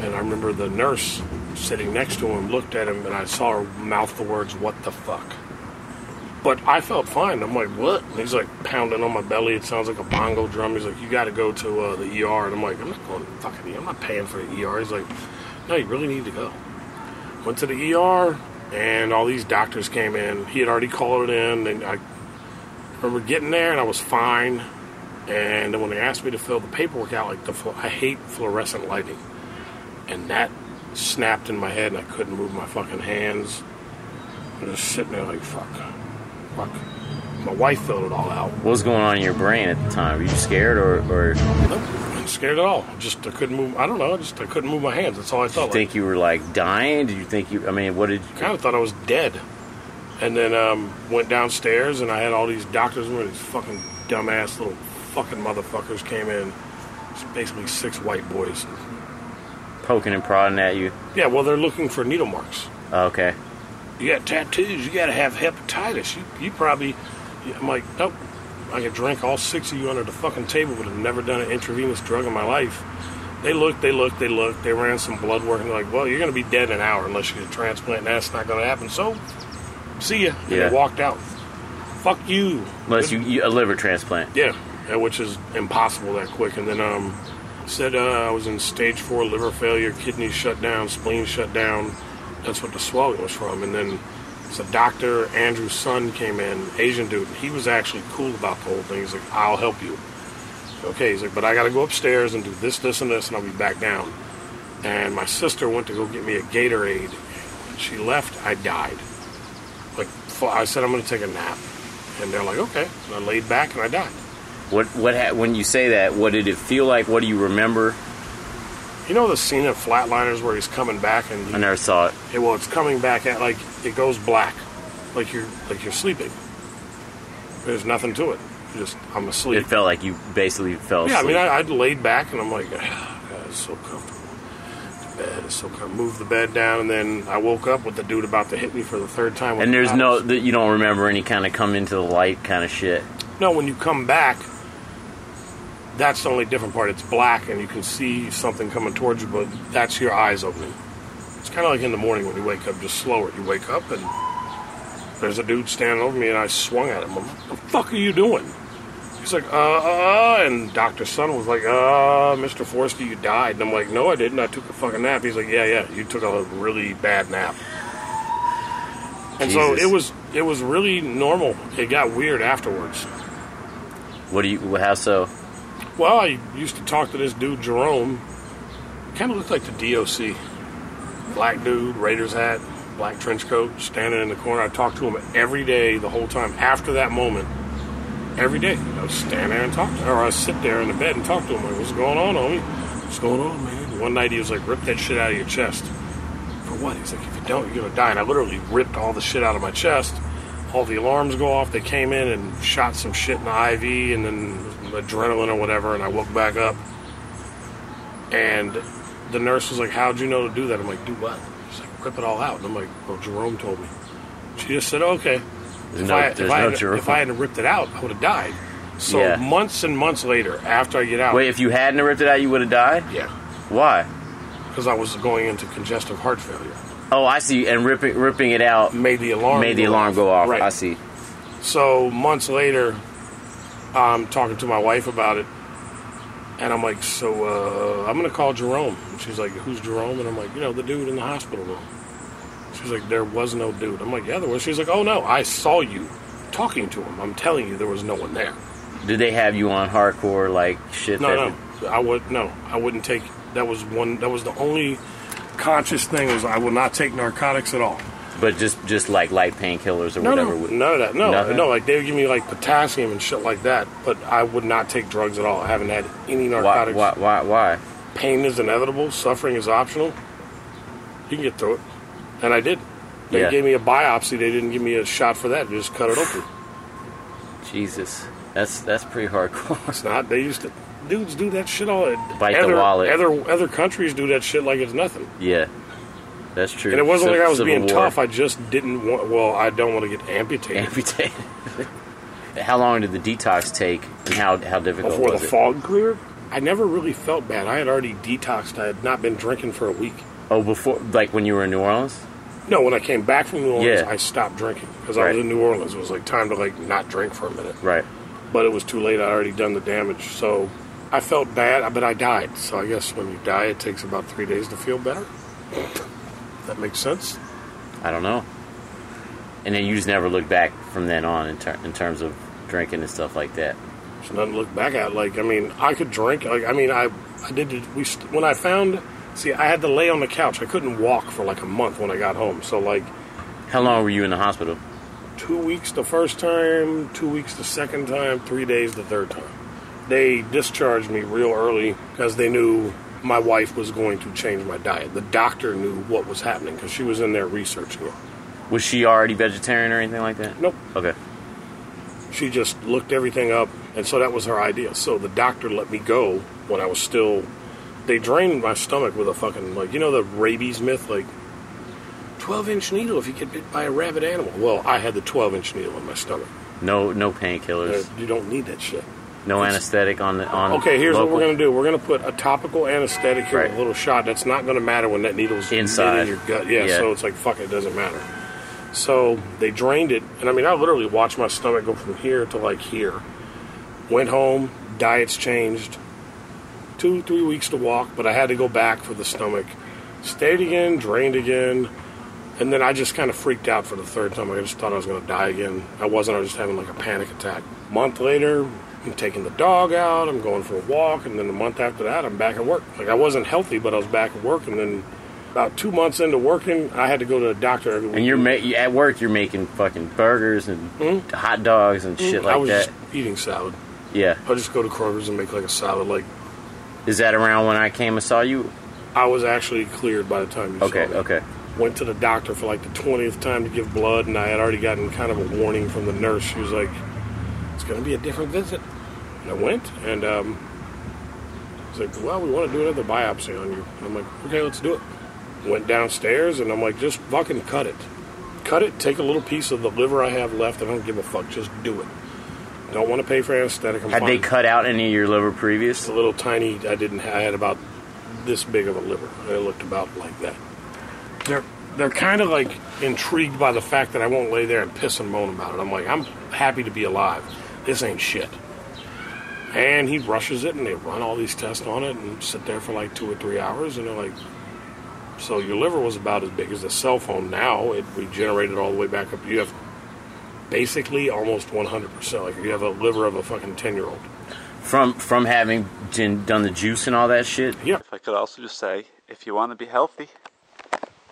S9: And I remember the nurse sitting next to him looked at him, and I saw her mouth the words "What the fuck." But I felt fine. I'm like, what? And he's like pounding on my belly. It sounds like a bongo drum. He's like, you got to go to uh, the ER. And I'm like, I'm not going to fucking. E I'm not paying for the ER. He's like, no, you really need to go went to the ER, and all these doctors came in. He had already called it in, and I remember getting there, and I was fine. And then when they asked me to fill the paperwork out, like the fl- I hate fluorescent lighting, and that snapped in my head, and I couldn't move my fucking hands. I'm just sitting there like fuck, fuck. My wife filled it all out.
S10: What was going on in your brain at the time? Were you scared or, or
S9: I'm scared at all. Just I couldn't move. I don't know. I just I couldn't move my hands. That's all I
S10: did
S9: felt.
S10: you
S9: like.
S10: think you were like dying? Did you think you? I mean, what did?
S9: kind of thought I was dead. And then um, went downstairs, and I had all these doctors where these fucking dumbass little fucking motherfuckers came in. It's basically six white boys.
S10: Poking and prodding at you. Oh,
S9: Yeah, well, they're looking for needle marks.
S10: Okay.
S9: You got tattoos. You got to have hepatitis. You, you probably. I'm like, nope. I could drink all six of you under the fucking table, but I've never done an intravenous drug in my life. They looked, they looked, they looked. They ran some blood work, and they're like, well, you're going to be dead in an hour unless you get a transplant, and that's not going to happen. So, see ya. And
S10: Yeah.
S9: they walked out. Fuck you.
S10: Unless you, you a liver transplant.
S9: Yeah, yeah, which is impossible that quick. And then um, said uh, I was in stage four liver failure, kidney shut down, spleen shut down. That's what the swelling was from. And then it's a doctor, Andrew's son, came in, Asian dude. And he was actually cool about the whole thing. He's like, I'll help you. Okay, he's like, but I got to go upstairs and do this, this, and this, and I'll be back down. And my sister went to go get me a Gatorade. She left. I died. Like fu- I said, I'm going to take a nap, and they're like, okay. And I laid back and I died.
S10: What what ha- when you say that? What did it feel like? What do you remember?
S9: You know the scene of Flatliners where he's coming back and
S10: I never saw it.
S9: it, well, it's coming back at like it goes black, like you're like you're sleeping. There's nothing to it. You just I'm asleep.
S10: It felt like you basically fell
S9: yeah, I
S10: asleep.
S9: mean, I, I laid back and I'm like, "Ah, God, it's so comfortable. The bed is so comfortable. Moved the bed down and then I woke up with the dude about to hit me for the third time. with
S10: and
S9: the
S10: there's
S9: paddles.
S10: no that you don't remember any kind of come into the light kind of shit.
S9: No, when you come back, that's the only different part. It's black and you can see something coming towards you, but that's your eyes opening. It's kind of like in the morning when you wake up, just slower. You wake up and there's a dude standing over me, and I swung at him. I'm like, "What the fuck are you doing?" He's like, uh, uh, uh," and Doctor Sun was like, uh, Mister Forster, you died, and I'm like, no, I didn't. I took a fucking nap. He's like, yeah, yeah, you took a really bad nap. And so
S10: Jesus.
S9: it was, it was really normal. It got weird afterwards.
S10: What do you? How so?
S9: Well, I used to talk to this dude Jerome. Kind of looked like the DOC. Black dude, Raiders hat, black trench coat, standing in the corner. I talked to him every day the whole time after that moment. Every day, I would stand there and talk to him, or I sit there in the bed and talk to him. Like, what's going on, homie? What's going on, man? One night he was like, "Rip that shit out of your chest." For what? He's like, "If you don't, you're gonna die." And I literally ripped all the shit out of my chest. all the alarms go off. They came in and shot some shit in the IV and then adrenaline or whatever, and I woke back up. And the nurse was like, How'd you know to do that? I'm like, Do what? She's like, Rip it all out. And I'm like, Well, Jerome told me. She just said, Okay.
S10: There's
S9: if,
S10: no-
S9: I, if,
S10: there's
S9: I
S10: no
S9: had,
S10: Jerome.
S9: if I hadn't ripped it out, I would have died. So
S10: Yeah.
S9: months and months later, after I get out,
S10: Wait, if you hadn't ripped it out, you would have died.
S9: Yeah.
S10: Why?
S9: because I was going into congestive heart failure.
S10: Oh, I see. And ripping ripping it out
S9: made the alarm
S10: made the
S9: go
S10: alarm
S9: off.
S10: go off.
S9: Right.
S10: I see.
S9: So months later, I'm talking to my wife about it, and I'm like, "So uh, I'm gonna call Jerome." And she's like, "Who's Jerome?" And I'm like, "You know, the dude in the hospital room." She's like, "There was no dude." I'm like, "Yeah, there was." She's like, "Oh no, I saw you talking to him. I'm telling you, there was no one there."
S10: Did they have you on hardcore like shit? that
S9: No, no, I would no, I wouldn't take. That was one. That was the only conscious thing was I will not take narcotics at all.
S10: But just just like light painkillers or
S9: no,
S10: whatever.
S9: No,
S10: would-
S9: none of that. No,
S10: Nothing?
S9: no. Like they would give me like potassium and shit like that, but I would not take drugs at all. I haven't had any narcotics.
S10: Why? Why? Why?
S9: Pain is inevitable. Suffering is optional. You can get through it, and I did. They
S10: Yeah.
S9: gave me a biopsy. They didn't give me a shot for that. They just cut it open.
S10: Jesus, that's that's pretty hardcore.
S9: It's not. They used to. Dudes do that shit all.
S10: Bite the
S9: other,
S10: wallet.
S9: Other other countries do that shit like it's nothing.
S10: Yeah, that's true.
S9: And it wasn't
S10: Civ-
S9: like I was
S10: Civil
S9: being
S10: War.
S9: tough. I just didn't want. Well, I don't want to get amputated.
S10: Amputated. How long did the detox take, and how how difficult
S9: before the
S10: was it?
S9: fog cleared. I never really felt bad. I had already detoxed. I had not been drinking for a week.
S10: Oh, before like when you were in New Orleans.
S9: No, when I came back from New Orleans,
S10: Yeah.
S9: I stopped drinking because I
S10: Right.
S9: was in New Orleans. It was like time to like not drink for a minute.
S10: Right.
S9: But it was too late. I already done the damage. So I felt bad, but I died. So I guess when you die, it takes about three days to feel better. that makes sense.
S10: I don't know. And then you just never looked back from then on in, ter- in terms of drinking and stuff like that.
S9: There's nothing to look back at. Like I mean, I could drink. Like I mean, I I did. it- We st- when I found. See, I had to lay on the couch. I couldn't walk for like a month when I got home. So like.
S10: How long were you in the hospital?
S9: two weeks the first time, two weeks the second time, three days the third time. They discharged me real early because they knew my wife was going to change my diet. The doctor knew what was happening because she was in there researching it.
S10: Was she already vegetarian or anything like that?
S9: Nope.
S10: Okay.
S9: She just looked everything up, and so that was her idea. So the doctor let me go when I was still. They drained my stomach with a fucking like you know the rabies myth like. 12 inch needle if you get bit by a rabid animal. Well, I had the 12 inch needle in my stomach.
S10: No, no painkillers.
S9: You don't need that shit.
S10: No anesthetic on the on.
S9: Okay, here's
S10: local.
S9: what we're gonna do. We're gonna put a topical anesthetic here, with a little shot. That's not gonna matter when that needle's
S10: Inside.
S9: in your gut. Yeah,
S10: Yeah.
S9: so it's like fuck, it doesn't matter. So they drained it, and I mean, I literally watched my stomach go from here to like here. Went home, diets changed. Two, three weeks to walk, but I had to go back for the stomach. Stayed again, drained again, and then I just kind of freaked out for the third time. I just thought I was gonna die again. I wasn't. I was just having like a panic attack. Month later, I'm taking the dog out. I'm going for a walk, and then a month after that, I'm back at work. Like I wasn't healthy, but I was back at work, and then. About two months into working, I had to go to the doctor every week.
S10: And you're ma- you- at work. You're making fucking burgers and hot dogs and shit
S9: Mm,
S10: like
S9: Hmm? I was
S10: that.
S9: just eating salad.
S10: yeah.
S9: I'll just go to Kroger's and make like a salad. Like
S10: Is that around when I came and saw you?
S9: I was actually cleared by the time you
S10: Okay.
S9: saw me.
S10: Okay.
S9: Went to the doctor for like the twentieth time to give blood, and I had already gotten kind of a warning from the nurse. She was like, "It's going to be a different visit." And I went, and um, she's like, "Well, we want to do another biopsy on you." And I'm like, "Okay, let's do it." Went downstairs, and I'm like, "Just fucking cut it, cut it. Take a little piece of the liver I have left. I don't give a fuck. Just do it. Don't want to pay for anesthetic. I'm
S10: Had they
S9: fine."
S10: cut out any of your liver previous?
S9: A little tiny. I didn't. I had about this big of a liver. and It looked about like that. They're they're kind of like intrigued by the fact that I won't lay there and piss and moan about it. I'm like, I'm happy to be alive. This ain't shit. And he rushes it, and they run all these tests on it, and sit there for like two or three hours, and they're like, "So your liver was about as big as a cell phone. Now it regenerated all the way back up. You have basically almost 100%. Like you have a liver of a fucking 10 year old."
S10: From from having gin, done the juice and all that shit.
S9: Yeah.
S15: If I could also just say, if you want to be healthy,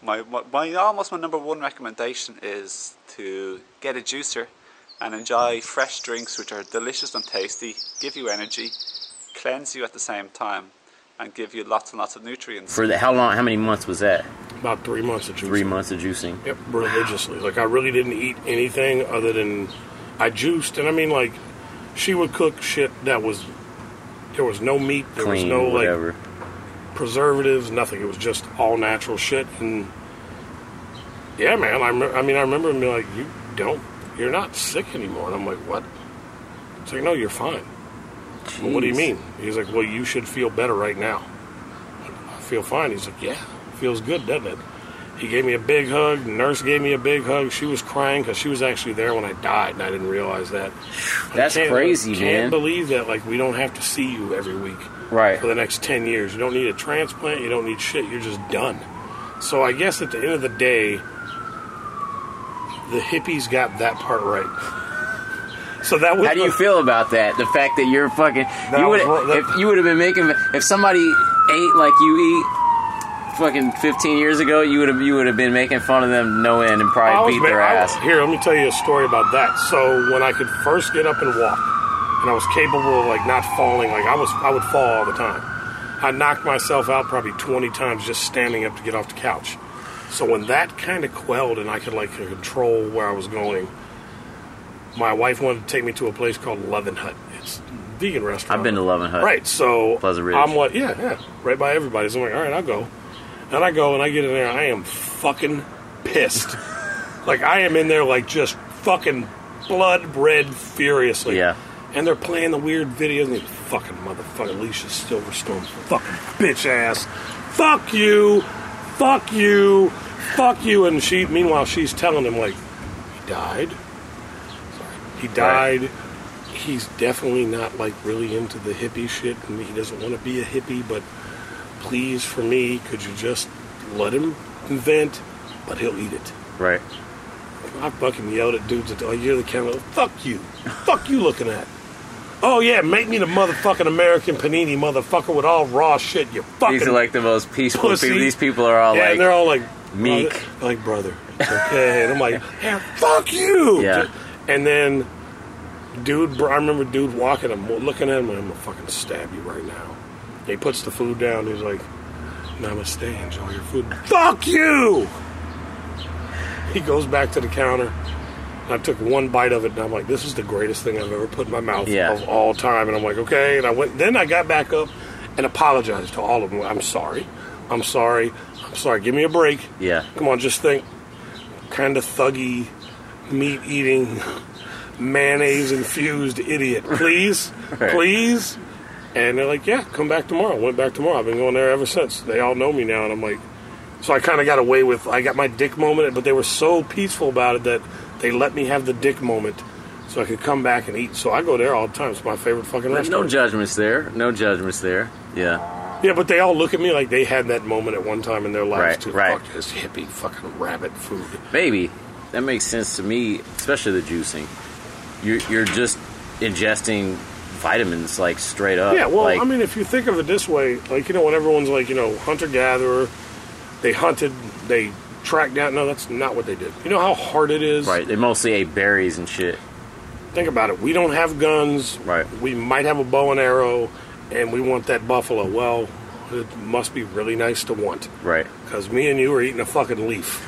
S15: my, my, my almost my number one recommendation is to get a juicer and enjoy fresh drinks which are delicious and tasty, give you energy, cleanse you at the same time, and give you lots and lots of nutrients.
S10: For the, how long? How many months was that?
S9: about three months of juicing.
S10: Three months of juicing.
S9: Yep, religiously. Like I really didn't eat anything other than I juiced, and I mean like she would cook shit that was there was no meat, there was
S10: Clean,
S9: no
S10: whatever.
S9: like preservatives, nothing. It was just all natural shit, and yeah, man. I, me- I mean, I remember him being like, "You don't, you're not sick anymore," and I'm like, "What?" It's like, "No, you're fine." Well, what do you
S10: Jeez.
S9: mean? He's like, "Well, you should feel better right now." I feel fine. He's like, "Yeah, feels good, doesn't it?" He gave me a big hug. The nurse gave me a big hug. She was crying because she was actually there when I died, and I didn't realize that. I
S10: That's
S9: can't-
S10: crazy, man.
S9: Can't believe that. Like, we don't have to see you every week
S10: Right.
S9: for the next ten years. You don't need a transplant. You don't need shit. You're just done. So I guess at the end of the day, the hippies got that part right. So that was
S10: How do you feel about that? The fact that you're fucking you would
S9: was wrong- that-
S10: if you would have been making if somebody ate like you eat fucking 15 years ago, you would have you would have been making fun of them no end and
S9: I
S10: probably
S9: was
S10: beat
S9: ma-
S10: their
S9: I-
S10: ass.
S9: Here, let me tell you a story about that. So when I could first get up and walk, and I was capable of like not falling, like I was, I would fall all the time. I knocked myself out probably 20 times just standing up to get off the couch. So when that kind of quelled and I could like control where I was going, my wife wanted to take me to a place called Lovin' Hut. It's a vegan restaurant.
S10: I've been to Love and Hut.
S9: Right, so
S10: Pleasant Ridge.
S9: I'm like, yeah, yeah, right by everybody's. I'm like, all right, I'll go. And I go and I get in there. I am fucking pissed. like I am in there, like just fucking blood red furiously.
S10: Yeah.
S9: And they're playing the weird videos. And they- fucking motherfucker, Alicia Silverstone, fucking bitch ass. Fuck you, fuck you, fuck you. And she, meanwhile, she's telling him like, he died. He died. He's definitely not like really into the hippie shit, and he doesn't want to be a hippie. But please, for me, could you just let him invent? But he'll eat it.
S10: Right.
S9: I fucking yelled at dudes at the, like, you're the kind of fuck you, fuck you looking at. Oh yeah, make me the motherfucking American panini motherfucker with all raw shit. You fucking
S10: These are like the most peaceful
S9: pussy.
S10: people. These people are all
S9: yeah,
S10: like
S9: and they're all like
S10: meek.
S9: brother- like brother. It's Okay, and I'm like, "Yeah, fuck you.
S10: Yeah.
S9: And then, dude, br- I remember dude walking. I'm looking at him. I'm gonna fucking stab you right now. He puts the food down. He's like, Namaste, enjoy your food. Fuck you. He goes back to the counter. And I took one bite of it, and I'm like, "This is the greatest thing I've ever put in my mouth
S10: Yeah.
S9: of all time." And I'm like, "Okay." And I went. Then I got back up and apologized to all of them. I'm sorry. I'm sorry. I'm sorry. Give me a break.
S10: Yeah.
S9: Come on, just think. Kind of thuggy, meat eating, mayonnaise infused idiot. Please,
S10: Right.
S9: please. And they're like, yeah, come back tomorrow. Went back tomorrow. I've been going there ever since. They all know me now, and I'm like, so I kind of got away with. I got my dick moment, but they were so peaceful about it that they let me have the dick moment, so I could come back and eat. So I go there all the time. It's my favorite fucking
S10: There's no
S9: restaurant.
S10: judgments there. No judgments there. Yeah.
S9: Yeah, but they all look at me like they had that moment at one time in their lives
S10: Right,
S9: too.
S10: right.
S9: Fuck this hippie fucking rabbit food.
S10: Maybe that makes sense to me, especially the juicing. You're you're just ingesting vitamins like straight up.
S9: Yeah, well,
S10: Uh, like,
S9: I mean, if you think of it this way, like you know, when everyone's like, you know, hunter gatherer, they hunted, they tracked down. No, that's not what they did. You know how hard it is.
S10: right? They mostly ate berries and shit.
S9: Think about it. We don't have guns. Right. We might have a bow and arrow, and we want that buffalo. Well, it must be really nice to want.
S10: Right.
S9: Because me and you are eating a fucking leaf.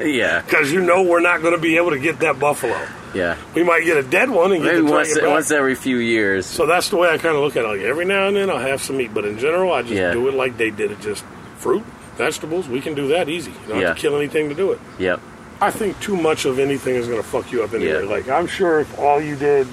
S10: Yeah.
S9: Because you know we're not going to be able to get that buffalo.
S10: Yeah.
S9: We might get a dead one and get
S10: Maybe
S9: the
S10: once
S9: target back.
S10: once every few years.
S9: So that's the way I kind of look at it. Like every now and then I'll have some meat, but in general I just
S10: Yeah.
S9: do it like they did it. Just fruit, vegetables. We can do that easy. You don't
S10: Yeah.
S9: have to kill anything to do it.
S10: Yep.
S9: I think too much of anything is going to fuck you up anyway.
S10: Yeah.
S9: Like I'm sure if all you did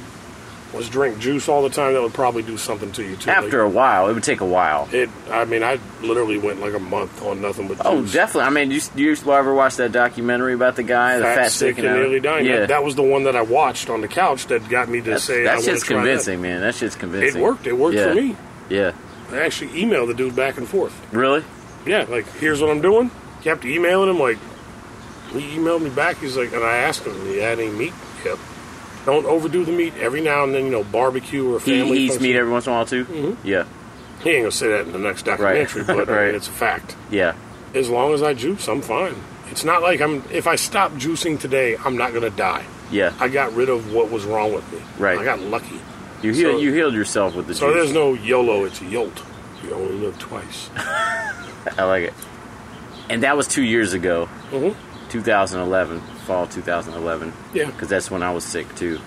S9: was drink juice all the time, that would probably do something to you too.
S10: After a while, it would take a while.
S9: like, it, I mean, I literally went like a month on nothing but juice.
S10: Oh, definitely. I mean, you you ever watch that documentary about the guy, the
S9: Fat, sick, and
S10: out?
S9: nearly dying.
S10: Yeah.
S9: That, that was the one that I watched on the couch that got me to
S10: that's,
S9: say
S10: that's
S9: I wanna
S10: just
S9: try that.
S10: convincing, man. That's just convincing.
S9: It worked. It worked
S10: Yeah.
S9: for me.
S10: Yeah.
S9: I actually emailed the dude back and forth.
S10: Really?
S9: Yeah, like here's what I'm doing. Kept emailing him like he emailed me back. He's like, and I asked him, "You had any meat?" Yep. Don't overdo the meat. Every now and then, you know, barbecue or
S10: He
S9: family. Mm-hmm.
S10: eats
S9: function.
S10: meat every once in a while too. Yeah.
S9: He ain't gonna say that in the next documentary, but I mean,
S10: Right.
S9: it's a fact.
S10: Yeah.
S9: As long as I juice, I'm fine. It's not like I'm. If I stop juicing today, I'm not gonna die.
S10: Yeah.
S9: I got rid of what was wrong with me.
S10: Right.
S9: I got lucky.
S10: You heal,
S9: So-
S10: you healed yourself with the
S9: So
S10: juice.
S9: there's no YOLO. It's YOLT. You only live twice.
S10: I like it. and that was two years ago, 2011, fall 2011.
S9: Mm-hmm. Yeah.
S10: because that's when I was sick too.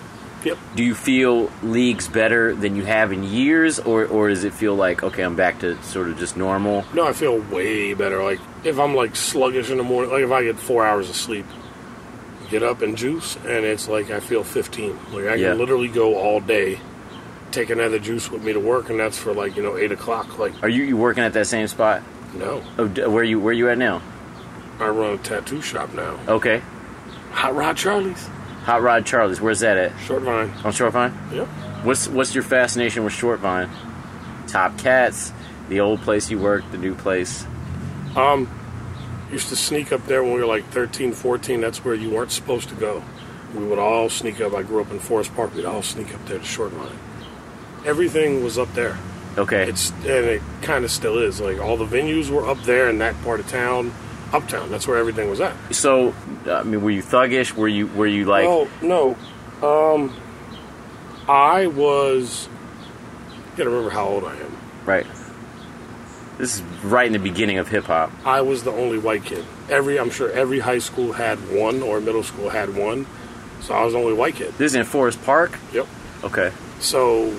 S9: Yep.
S10: Do you feel leagues better than you have in years, or or does it feel like okay, I'm back to sort of just normal?
S9: No, I feel way better. Like if I'm like sluggish in the morning, like if I get four hours of sleep, get up and juice, and it's like I feel 15. Like I
S10: Yeah.
S9: can literally go all day, take another juice with me to work, and that's for like you know eight o'clock. Like
S10: Are you, you working at that same spot?
S9: No.
S10: Oh, d- where you where you at now?
S9: I run a tattoo shop now.
S10: Okay.
S9: Hot Rod Charlie's.
S10: Hot Rod Charlie's. Where's that at?
S9: Short Vine.
S10: On Short Vine.
S9: Yep.
S10: What's what's your fascination with Short Vine? Top Cats, the old place you worked, the new place.
S9: Um, used to sneak up there when we were like 13, 14. That's where you weren't supposed to go. We would all sneak up. I grew up in Forest Park. We'd all sneak up there to Short Line. Everything was up there.
S10: Okay.
S9: It's and it kind of still is. Like all the venues were up there in that part of town, uptown. That's where everything was at.
S10: So, I mean, were you thuggish? Were you were you like?
S9: Oh no, um, I was. I gotta remember how old I am.
S10: Right. This is right in the beginning of hip hop.
S9: I was the only white kid. Every I'm sure every high school had one or middle school had one. So I was the only white kid.
S10: This is in Forest Park?
S9: Yep.
S10: Okay.
S9: So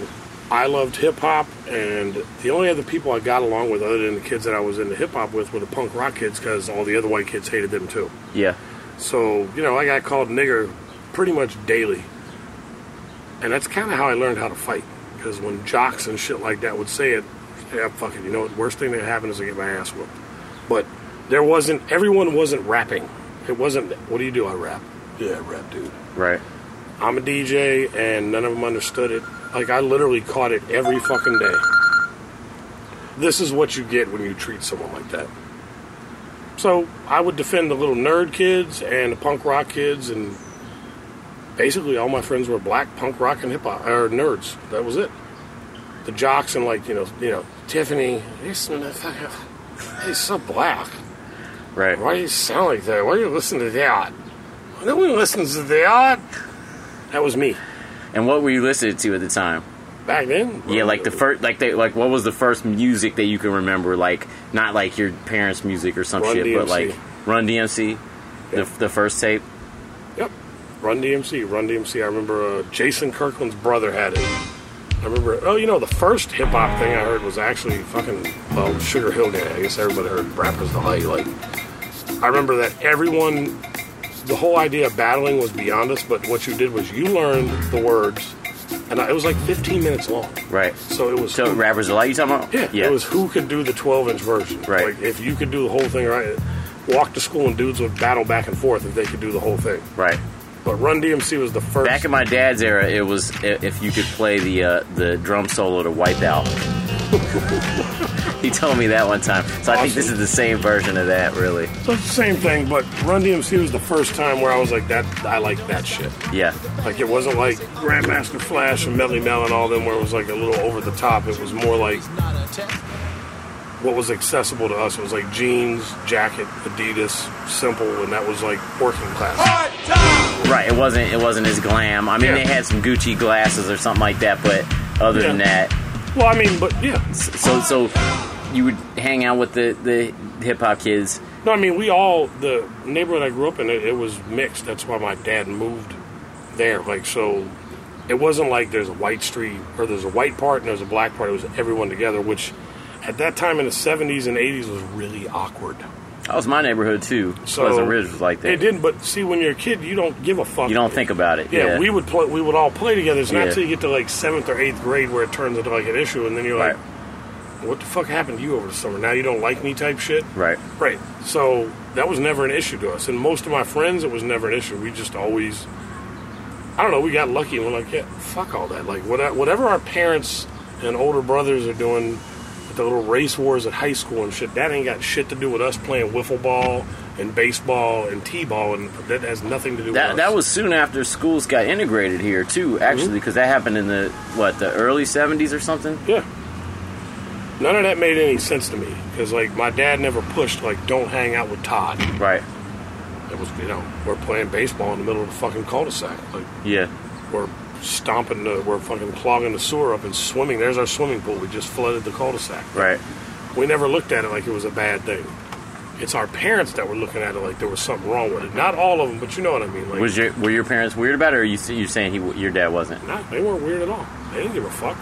S9: I loved hip hop and the only other people I got along with other than the kids that I was into hip hop with were the punk rock kids cuz all the other white kids hated them too.
S10: Yeah.
S9: So, you know, I got called nigger pretty much daily. And that's kind of how I learned how to fight cuz when jocks and shit like that would say it, yeah, fuck it. You know what? Worst thing that happened is I get my ass whooped. But there wasn't everyone wasn't rapping. It wasn't what do you do? I rap. Yeah, I rap, dude.
S10: Right.
S9: I'm a DJ, and none of them understood it. Like, I literally caught it every fucking day. This is what you get when you treat someone like that. So, I would defend the little nerd kids and the punk rock kids, and basically all my friends were black punk rock and hip hop, or nerds. That was it. The jocks and, like, you know, you know, Tiffany, this motherfucker, he's so black.
S10: Right.
S9: Why do you sound like that? Why do you listen to that? No one listens to that. That was me.
S10: And what were you listening to at the time?
S9: Back then?
S10: Yeah, like the first, like they, like what was the first music that you can remember? Like not like your parents' music or some
S9: Run
S10: shit, but
S9: DMC.
S10: like Run DMC, the the first tape.
S9: Yep. Run DMC. Run DMC. I remember uh, Jason Kirkland's brother had it. I remember. Oh, you know, the first hip hop thing I heard was actually fucking well, Sugar Hill Gang. I guess everybody heard Rappers Delight. Like, I remember that everyone. The whole idea of battling was beyond us, but what you did was you learned the words, and I, it was like 15 minutes long.
S10: Right.
S9: So it was.
S10: So rappers are like you talking about?
S9: Yeah, It was who could do the 12 inch version. Right. Like, if you could do the whole thing right, walk to school and dudes would battle back and forth if they could do the whole thing.
S10: Right.
S9: But Run DMC was the first.
S10: Back in my dad's era, it was i- if you could play the uh, the drum solo to Wipe Out. he told me that one time, so I think this is the same version of that, really.
S9: So it's the same thing, but Run DMC was the first time where I was like, that I like that shit.
S10: Yeah.
S9: Like it wasn't like Grandmaster Flash and Medley Mel and all them where it was like a little over the top. It was more like what was accessible to us. It was like jeans, jacket, Adidas, simple, and that was like working class.
S10: Right. It wasn't. It wasn't as glam. I mean,
S9: Yeah.
S10: they had some Gucci glasses or something like that, but other than
S9: Yeah.
S10: that,
S9: Well, I mean, but yeah.
S10: so so you would hang out with the the hip hop kids.
S9: No, I mean we all the neighborhood I grew up in. It, it was mixed. That's why my dad moved there. Like so, it wasn't like there's a white street or there's a white part and there's a black part. It was everyone together, which at that time in the '70s and '80s was really awkward.
S10: That was my neighborhood too.
S9: So
S10: Pleasant Ridge was like
S9: It
S10: that.
S9: didn't. But see, when you're a kid, you don't give a fuck.
S10: You don't think about it.
S9: Yeah,
S10: Yeah.
S9: we would play. We would all play together. It's not
S10: Yeah.
S9: until you get to like seventh or eighth grade where it turns into like an issue, and then you're like, "What the fuck happened to you over the summer? Now you don't like me?" Type shit.
S10: right.
S9: Right. So that was never an issue to us. And most of my friends, it was never an issue. We just always, I don't know, we got lucky and we're like, yeah, fuck all that. Like, what- whatever our parents and older brothers are doing with the little race wars at high school and shit, that ain't got shit to do with us playing wiffle ball and baseball and t ball. And that has nothing to do
S10: That
S9: with
S10: that
S9: us.
S10: was soon after schools got integrated here too. Actually, because that happened in the what the early seventies or something.
S9: Yeah. None of that made any sense to me because, like, my dad never pushed, like, don't hang out with Todd.
S10: Right.
S9: It was, you know, we're playing baseball in the middle of the fucking cul de sac. Like,
S10: Yeah.
S9: we're stomping the, we're fucking clogging the sewer up and swimming. There's our swimming pool. We just flooded the cul-de-sac.
S10: Right.
S9: We never looked at it like it was a bad thing. it's our parents that were looking at it like there was something wrong with it. Not all of them, but you know what I mean. Like,
S10: Was your were your parents weird about it, or you s- you saying he w- your dad wasn't?
S9: nah, they weren't weird at all. They didn't give a fuck.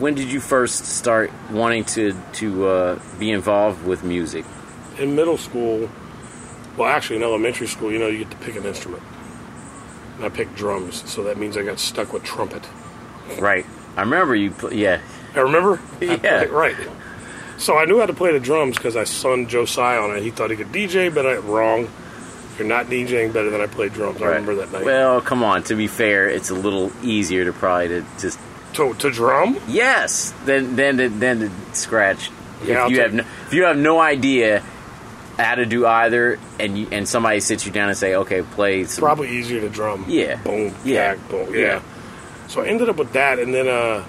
S10: When did you first start wanting to to uh, be involved with music?
S9: in middle school, well, actually in elementary school, you know, you get to pick an instrument. And I picked drums, so that means I got stuck with trumpet.
S10: Right. I remember you. Pl- yeah.
S9: I remember? I
S10: Yeah.
S9: played- right. So I knew how to play the drums because I sunned Josiah on it. He thought he could DJ, but I wrong. You're not DJing better than I play drums. I remember that night.
S10: Well, come on. To be fair, it's a little easier to probably to just
S9: to, to drum.
S10: Yes, than than to, than to scratch.
S9: Yeah, I'll
S10: if you
S9: take-
S10: have no, if you have no idea how to do either, and you, and somebody sits you down and say, okay, play some.
S9: Probably easier to drum.
S10: Yeah.
S9: Boom.
S10: Yeah.
S9: back, boom. Yeah.
S10: Yeah.
S9: So I ended up with that, and then uh,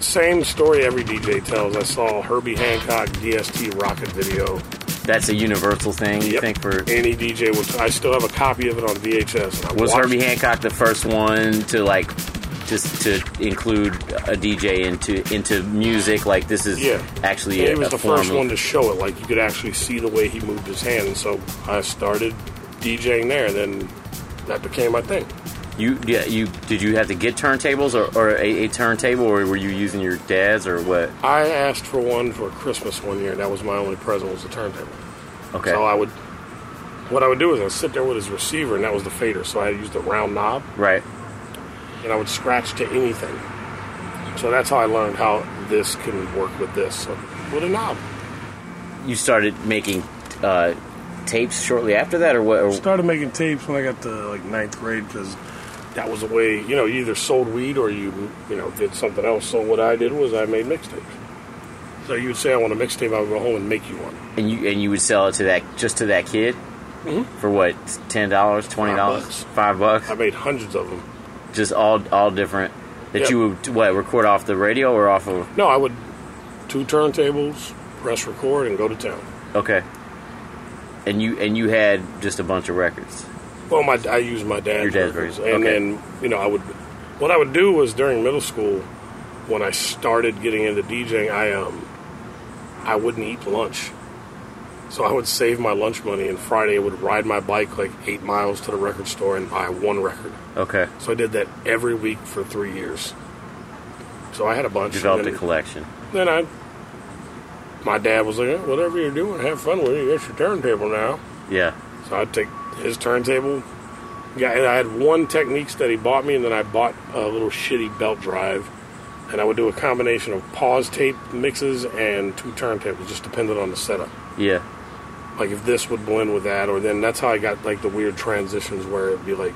S9: same story every DJ tells. I saw Herbie Hancock DST Rocket video.
S10: That's a universal thing. You think for
S9: any DJ will. I still have a copy of it on VHS. And I
S10: was
S9: watched
S10: Herbie
S9: it.
S10: Hancock the first one to like just to include a DJ into into music? Like this is
S9: Yeah.
S10: actually
S9: And
S10: a,
S9: he was
S10: a
S9: the
S10: form
S9: first
S10: of-
S9: one to show it. Like you could actually see the way he moved his hand, and so I started DJing there. Then that became my thing.
S10: You yeah you did you have to get turntables or, or a, a turntable or were you using your dad's or what?
S9: I asked for one for Christmas one year, and that was my only present was a turntable.
S10: Okay.
S9: So I would, what I would do is I'd sit there with his receiver, and that was the fader. So I used a round knob,
S10: Right.
S9: and I would scratch to anything. So that's how I learned how this can work with this. So with a knob.
S10: You started making uh, tapes shortly after that or what? Or,
S9: started making tapes when I got to like ninth grade because that was the way you know you either sold weed or you you know did something else. So what I did was I made mixtapes. So you would say I want a mixtape, I would go home and make you one.
S10: and you and you would sell it to that just to that kid
S9: Mhm.
S10: for what ten dollars twenty dollars
S9: bucks.
S10: five bucks
S9: I made hundreds of them.
S10: just all all different that
S9: Yeah.
S10: you would what record off the radio or off of
S9: No, I would two turntables, press record, and go to town.
S10: okay and you and you had just a bunch of records
S9: Well, my I used my dad's,
S10: Your dad's
S9: records,
S10: version,
S9: and
S10: okay.
S9: then you know I would. What I would do was during middle school, when I started getting into DJing, I um, I wouldn't eat lunch, so I would save my lunch money, and Friday I would ride my bike like eight miles to the record store and buy one record.
S10: okay
S9: So I did that every week for three years. So I had a bunch. and
S10: developed a
S9: then-
S10: collection
S9: Then I, my dad was like, "Eh, "Whatever you're doing, have fun with it. That's your turntable now."
S10: yeah
S9: So I'd take his turntable. Yeah, and I had one techniques that he bought me, and then I bought a little shitty belt drive. And I would do a combination of pause tape mixes and two turntables, just depended on the setup.
S10: yeah
S9: Like if this would blend with that, or then that's how I got like the weird transitions where it'd be like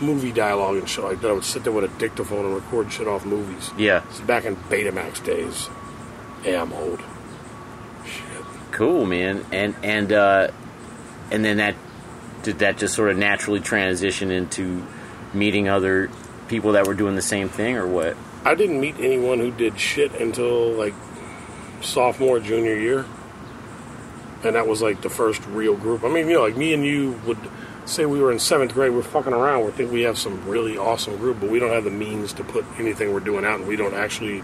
S9: movie dialogue and shit like that. I would sit there with a dictaphone and record shit off movies.
S10: yeah
S9: It's back in Betamax days. Yeah, I'm old.
S10: cool man and and uh and then that did that just sort of naturally transition into meeting other people that were doing the same thing or what
S9: I didn't meet anyone who did shit until like sophomore, junior year. And that was like the first real group. I mean, you know, like me and you would say we were in seventh grade, we're fucking around, we think we have some really awesome group, but we don't have the means to put anything we're doing out and we don't actually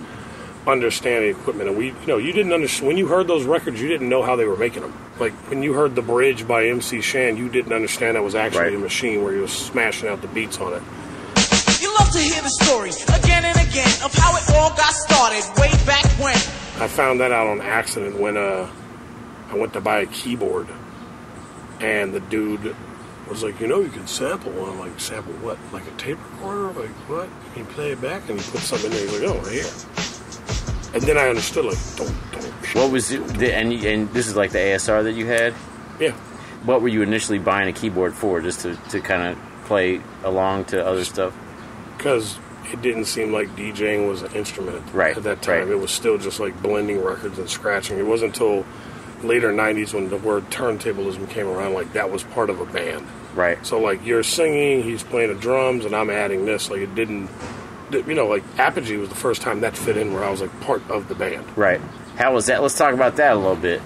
S9: understand the equipment. And we, you know, you didn't understand, when you heard those records, you didn't know how they were making them. Like when you heard The Bridge by MC Shan, you didn't understand that was actually a machine where you were smashing out the beats on it.
S16: You love to hear the stories again and again of how it all got started way back when.
S9: I found that out on accident when uh, I went to buy a keyboard, and the dude was like, "You know, you can sample." And I'm like, "Sample what? Like a tape recorder? Like what? You play it back?" And he put something in there. He's like, "Oh, right here." And then I understood. Like, don't, don't.
S10: What was it? The, and you- and this is like the ASR that you had.
S9: Yeah.
S10: What were you initially buying a keyboard for, just to, to kind of play along to other stuff?
S9: because it didn't seem like DJing was an instrument
S10: Right,
S9: at that time.
S10: right.
S9: It was still just like blending records and scratching. It wasn't until later '90s when the word turntablism came around, like that was part of a band.
S10: Right.
S9: So like you're singing, he's playing the drums, and I'm adding this. Like it didn't, you know, like Apogee was the first time that fit in where I was like part of the band.
S10: Right. How was that? Let's talk about that a little bit.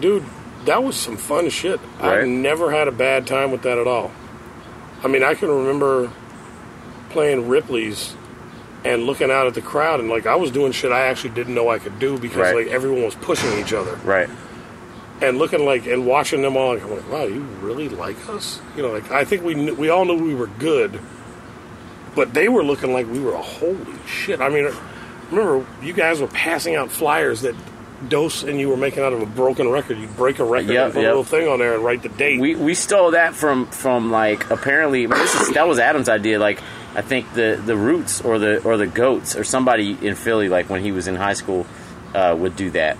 S9: Dude, that was some fun shit. I
S10: Right.
S9: never had a bad time with that at all. I mean, I can remember playing Ripley's and looking out at the crowd and like I was doing shit I actually didn't know I could do because
S10: Right.
S9: like everyone was pushing each other.
S10: Right.
S9: and looking like and watching them all. I'm like, wow, you really like us? You know, like I think we kn- we all knew we were good, but they were looking like we were a holy shit. I mean, remember you guys were passing out flyers that Dose and you were making out of a broken record. You'd break a record
S10: Yep,
S9: and put
S10: yep.
S9: a little thing on there and write the date.
S10: We we stole that from from like apparently I mean, this is, that was Adam's idea. Like I think the the Roots or the or the Goats or somebody in Philly like when he was in high school uh, would do that,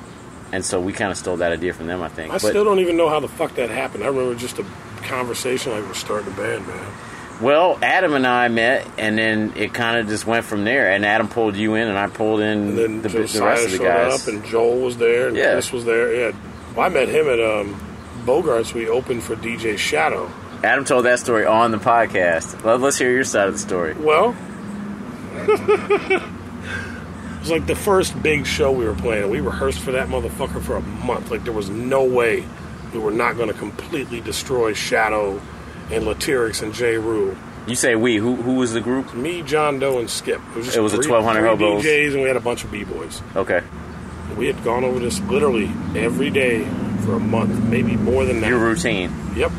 S10: and so we kind of stole that idea from them. I think.
S9: I still don't even know how the fuck that happened. I remember just a conversation like we're starting a band, man.
S10: Well, Adam and I met, and then it kind of just went from there. And Adam pulled you in, and I pulled in the, the
S9: Josiah
S10: rest of the
S9: showed
S10: guys.
S9: up, and Joel was there, and
S10: Yeah.
S9: Chris was there. Yeah, I met him at um, Bogart's. We opened for DJ Shadow.
S10: Adam told that story on the podcast. Let- Let's hear your side of the story.
S9: Well, it was like the first big show we were playing. We rehearsed for that motherfucker for a month. Like there was no way we were not going to completely destroy Shadow and Latyrix and J. Rule.
S10: You say we? Who who was the group?
S9: Me, John Doe, and Skip. It was, just
S10: It was a
S9: three-
S10: 1200
S9: three
S10: hobos.
S9: DJs, and we had a bunch of b boys.
S10: Okay.
S9: We had gone over this literally every day for a month, maybe more than that. Your
S10: routine.
S9: Yep.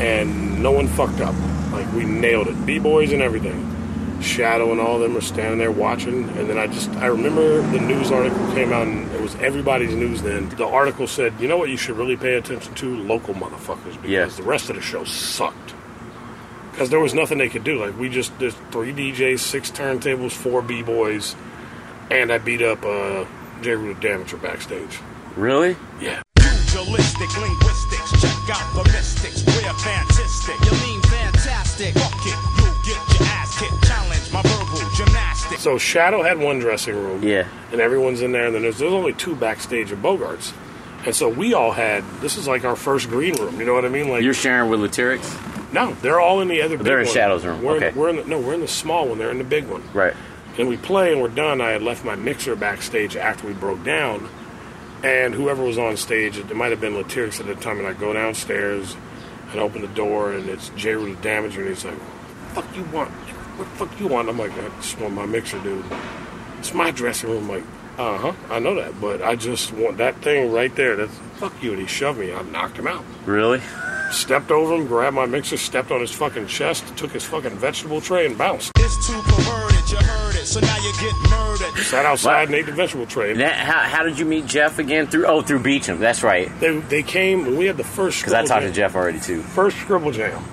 S9: And no one fucked up. Like we nailed it. B boys and everything. Shadow and all of them are standing there watching. And then I just I remember the news article came out and it was everybody's news then. The article said, you know what you should really pay attention to? Local motherfuckers because
S10: Yeah.
S9: the rest of the show sucked. Because there was nothing they could do. Like we just there's three DJs, six turntables, four B boys, and I beat up uh J Root Damager backstage.
S10: Really?
S9: Yeah.
S17: Dualistic linguistics, check out the mystics. We're fantastic. You mean fantastic? Fuck it, you get your ass kicked. Challenge my verbal gymnastics.
S9: So Shadow had one dressing room.
S10: Yeah.
S9: And everyone's in there, and then there's, there's only two backstage at Bogart's. And so we all had this is like our first green room. You know what I mean? Like
S10: You're sharing with Latyrix?
S9: no, they're all in the other. big
S10: They're in
S9: one.
S10: Shadow's room.
S9: We're,
S10: okay.
S9: in, we're in the, no, we're in the small one. They're in the big one.
S10: right.
S9: And we play, and we're done. I had left my mixer backstage after we broke down, and whoever was on stage, it might have been Latyrix at the time. And I go downstairs and open the door, and it's J. Rue the Damager, and he's like, "What the fuck you want? What the fuck you want?" I'm like, "I just want my mixer, dude. It's my dressing room." I'm like, "Uh huh, I know that, but I just want that thing right there." That's fuck you, and he shoved me. I knocked him out
S10: Really?
S9: stepped over him, grabbed my mixer, stepped on his fucking chest, took his fucking vegetable tray and bounced.
S17: It's too perverted, you heard it, so now you get murdered.
S9: Sat outside and ate the vegetable tray.
S10: That, how, how did you meet Jeff again? Through oh, through Beecham. That's right.
S9: They they came and we had the first
S10: because I
S9: Scribble
S10: talked to
S9: Jam.
S10: Jeff already too.
S9: First scribble jam.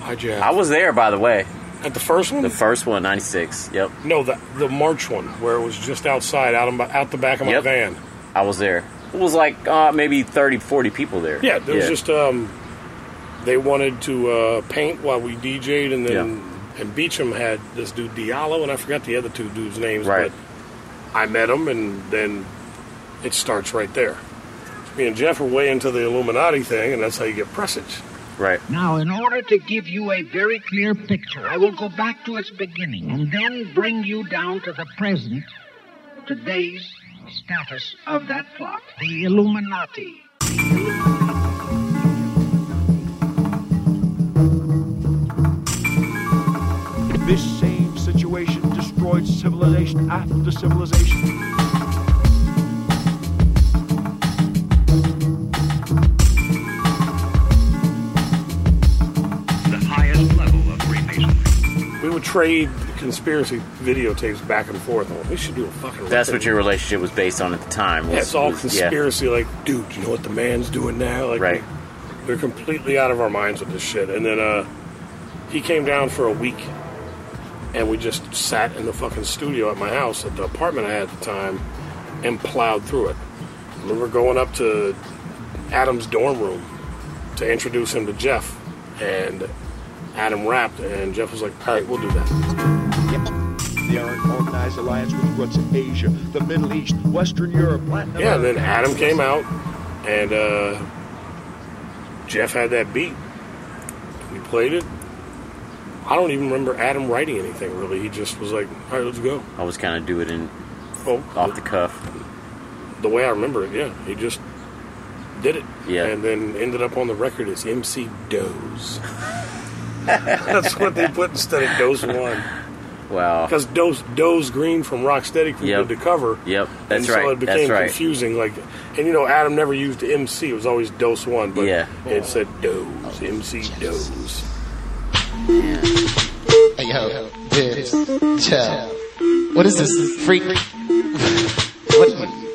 S9: Hi Jeff.
S10: I was there by the way.
S9: At the first one.
S10: The first one, ninety six. Yep.
S9: No, the the March one where it was just outside, out of my, out the back of my
S10: Yep.
S9: van.
S10: I was there. It was like uh, maybe 30, 40 people there.
S9: Yeah, there was just um, they wanted to uh, paint while we DJ'd, and then and Beecham had this dude Diallo, and I forgot the other two dudes' names.
S10: Right.
S9: But I met him, and then it starts right there. Me and Jeff are way into the Illuminati thing, and that's how you get presage.
S10: Right.
S1: Now, in order to give you a very clear picture, I will go back to its beginning and then bring you down to the present, today's status of that plot, the Illuminati.
S18: This same situation destroyed civilization after civilization.
S9: We would trade conspiracy videotapes back and forth. I'm like, we should do a fucking.
S10: That's
S9: record.
S10: what your relationship was based on at the time.
S9: Yeah,
S10: was-
S9: it's all
S10: was- yeah.
S9: conspiracy. Like, dude, you know what the man's doing now? Like,
S10: Right.
S9: We're completely out of our minds with this shit. And then uh, he came down for a week, and we just sat in the fucking studio at my house at the apartment I had at the time, and plowed through it. I remember going up to Adam's dorm room to introduce him to Jeff, and Adam rapped, and Jeff was like, "All right, we'll do that."
S18: The Iron organized alliance with roots in Asia, the Middle East, Western Europe, Latin
S9: Yeah, and
S18: America.
S9: then Adam came out, and uh, Jeff had that beat. We played it. I don't even remember Adam writing anything really. He just was like, "All right, let's go."
S10: I was kind of do it in
S9: Oh.
S10: off the cuff.
S9: The way I remember it, yeah, he just did it.
S10: Yeah.
S9: and then ended up on the record as MC Doze. That's what they put instead of Doze One.
S10: Wow.
S9: Because Doe's, Doe's Green from Rocksteady
S10: Yep.
S9: created the cover.
S10: Yep,
S9: and
S10: that's
S9: So
S10: right.
S9: it became
S10: That's right.
S9: confusing. Like, and you know, Adam never used MC. It was always Dose One, but
S10: Yeah.
S9: it said Doe's MC Doe's.
S19: Yo, dude, chill. What is this freak? What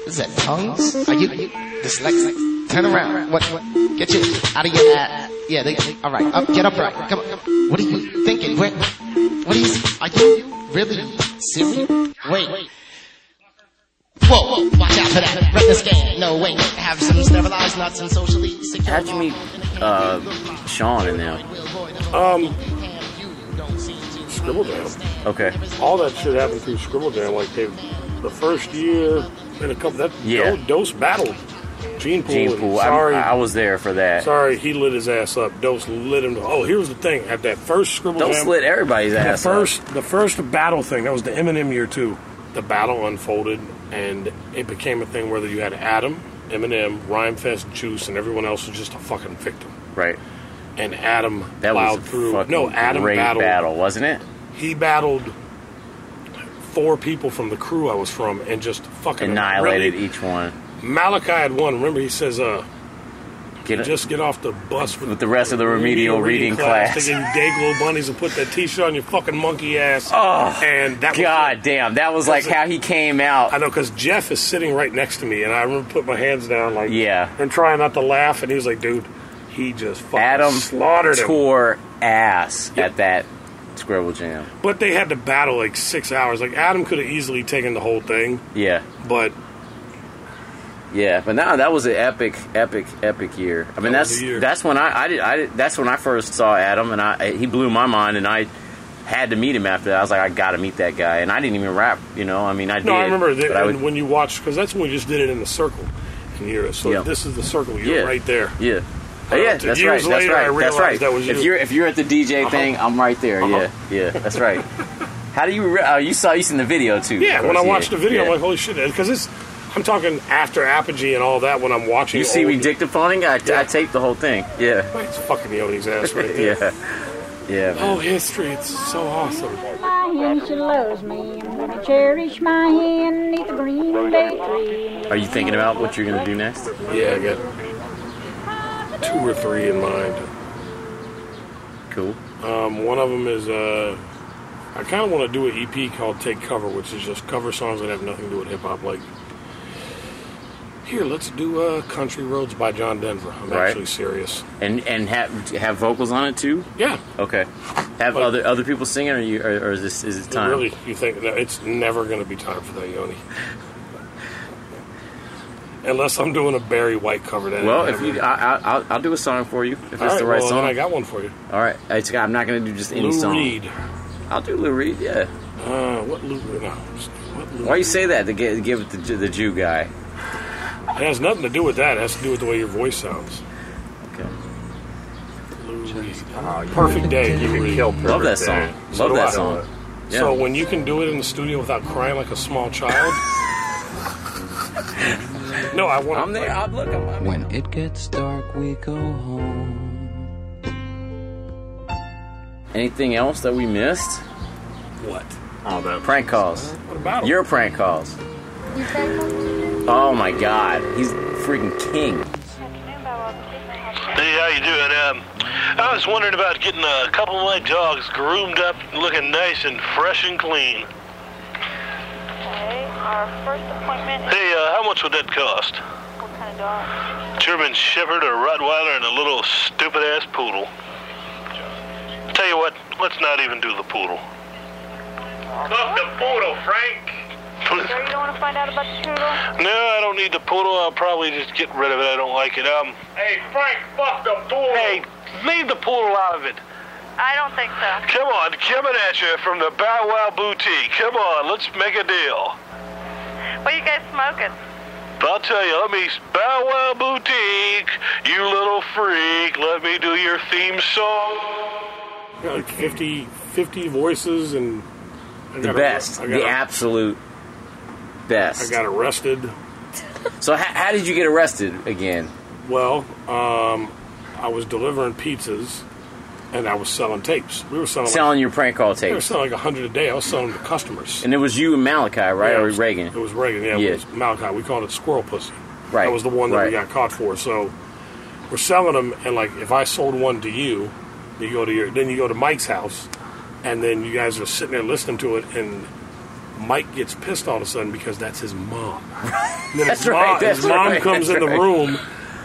S19: is that? Tongues? Are you, are you dyslexic? Turn around. What? what? Get you out of your ass. Yeah, they, all right. Up, get upright. Come on, come on. What are you thinking? Where, what are you? Are you really serious? Wait. Whoa, whoa, watch out for that. Retina scan. No, wait. Have some sterilized nuts and socially secure. How'd you meet?
S10: Uh, Sean in there.
S9: Um, Scribble Jam.
S10: Okay.
S9: All that shit happened through Scribble Jam. Like they, the first year and a couple. That
S10: Yeah.
S9: Doe- Dose battled Gene Pool.
S10: Gene
S9: and
S10: Pool.
S9: Sorry,
S10: I, I was there for that.
S9: Sorry, he lit his ass up. Dose lit him. Oh, here's the thing. At that first scribble,
S10: Dose
S9: jam,
S10: lit everybody's
S9: the
S10: ass up.
S9: First, the first battle thing that was the Eminem year too. The battle unfolded, and it became a thing whether you had Adam, Eminem, Rhyme Fest, Juice, and everyone else was just a fucking victim.
S10: Right.
S9: And Adam
S10: That was
S9: plowed
S10: a
S9: through.
S10: fucking
S9: No, Adam
S10: great
S9: battled.
S10: battle, wasn't it?
S9: He battled four people from the crew I was from, and just fucking
S10: Annihilated
S9: really-
S10: each one.
S9: Malachi had one. Remember, he says, "Uh,
S10: Get it-
S9: just get off the bus with,
S10: With the rest of the remedial reading class.
S9: They gave you day glow bunnies and put that T-shirt on your fucking monkey ass.
S10: Oh,
S9: and that
S10: God damn, that was like how he came out.
S9: I know because Jeff is sitting right next to me, and I remember putting my hands down like
S10: Yeah.
S9: and trying not to laugh, and he was like, "Dude, he just fucking
S10: Adam
S9: slaughtered him."
S10: tore ass at that Scribble Jam.
S9: But they had to battle like six hours. Like Adam could have easily taken the whole thing,
S10: Yeah.
S9: but
S10: Yeah, but no, that was an epic, epic, epic year. I mean,
S9: That was
S10: that's
S9: the year.
S10: that's when I I, did, I did, that's when I first saw Adam, and I he blew my mind, and I had to meet him after that. I was like, I got to meet that guy, and I didn't even rap, you know. I mean, I did.
S9: no, I remember that,
S10: but I
S9: and
S10: would-
S9: when you watched because that's when we just did it in the circle, and you're so
S10: Yeah.
S9: this is the circle. You're
S10: Yeah.
S9: right there.
S10: yeah, Oh,
S9: Uh,
S10: yeah,
S9: t-
S10: that's right,
S9: years
S10: that's
S9: later, I
S10: right, that's
S9: realized
S10: right.
S9: that was
S10: if
S9: you. Uh-huh.
S10: you're if you're at the DJ thing, I'm right there. Yeah, yeah, that's right. How do you re- uh, you saw you seen the video too?
S9: Yeah,
S10: of
S9: when I
S10: course, yeah,
S9: watched the video, I'm
S10: yeah.
S9: like, holy shit, because it's. I'm talking after Apogee and all that when I'm watching.
S10: you see
S9: old-
S10: me dictaphoning? I, I taped the whole thing. Yeah,
S9: It's fucking Yodi's ass right there.
S10: yeah, yeah. man.
S9: Oh, history, it's so awesome.
S20: My hand, she loves me. I'm gonna cherish my hand neath the green bay tree.
S10: Are you thinking about what you're gonna do next?
S9: Yeah, I got two or three in mind.
S10: Cool.
S9: Um, one of them is uh, I kind of want to do an EP called "Take Cover," which is just cover songs that have nothing to do with hip hop. Like, here, let's do uh, "Country Roads" by John Denver. I'm
S10: Right.
S9: actually serious.
S10: And and have have vocals on it too?
S9: Yeah.
S10: Okay. Have
S9: Like-
S10: other other people singing, or you, or, or is this is it time?
S9: Really, you think no, it's never going to be time for that, Yoni? Unless I'm doing a Barry White cover. That
S10: Well, if you, I, I, I'll, I'll do a song for you if it's the right
S9: well,
S10: song.
S9: Then I got one for you.
S10: All right, it's, I'm not gonna do just any
S9: Lou
S10: song.
S9: Reed.
S10: I'll do Lou Reed. Yeah.
S9: Uh, what Lou? No, what Lou
S10: Why you say that? To give, give it to Ju- the Jew guy.
S9: It has nothing to do with that. It has to do with the way your voice sounds.
S10: Okay.
S9: Lou Reed. Ah, Perfect day. Lou Reed.
S10: Love that song.
S9: So
S10: Love
S9: do
S10: that
S9: I.
S10: song. Yeah.
S9: So when you can do it in the studio without crying like a small child. no, I want.
S10: I'm there. I'm looking.
S21: When it gets dark, we go home.
S10: Anything else that we missed?
S9: What? Oh,
S10: All that prank calls. What
S9: about 'em?
S10: your prank calls? Oh my God, he's freaking king.
S3: Hey, how you doing? Um, I was wondering about getting a couple of my dogs groomed up, looking nice and fresh and clean. Hey, uh, how much would that cost? German Shepherd, a Rottweiler, and a little stupid ass poodle. Tell you what, let's not even do the poodle. Cook the poodle, Frank.
S22: Sure you don't want to find out about the poodle?
S3: No, I don't need the poodle. I'll probably just get rid of it. I don't like it. Um. Hey, Frank, fuck the poodle. Hey, leave the poodle out of it.
S22: I don't think so.
S3: Come on, coming at you from the Bow Wow Boutique. Come on, let's make a deal.
S22: What are you guys smoking?
S3: I'll tell you, let me Bow Wow Boutique, you little freak. Let me do your theme song.
S9: Got like 50, 50 voices and I
S10: The
S9: got-
S10: best.
S9: I
S10: The
S9: got-
S10: absolute best.
S9: I got arrested.
S10: So how, how did you get arrested again?
S9: Well, um, I was delivering pizzas, and I was selling tapes. We were selling
S10: Selling your prank call
S9: like, we were
S10: tapes.
S9: selling like hundred a day. I was selling to customers.
S10: And it was you and Malachi, right?
S9: Yeah, it
S10: or
S9: was-
S10: Reagan?
S9: It was Reagan. Yeah,
S10: Yeah.
S9: it was Malachi. We called it squirrel pussy.
S10: Right,
S9: That was the one that
S10: right.
S9: we got caught for. So we're selling them, and like if I sold one to you, you go to your then you go to Mike's house, and then you guys are sitting there listening to it, and Mike gets pissed all of a sudden because that's his mom. And then
S10: That's
S9: his mom,
S10: right, that's
S9: his mom
S10: right,
S9: comes
S10: that's
S9: in the
S10: right.
S9: room,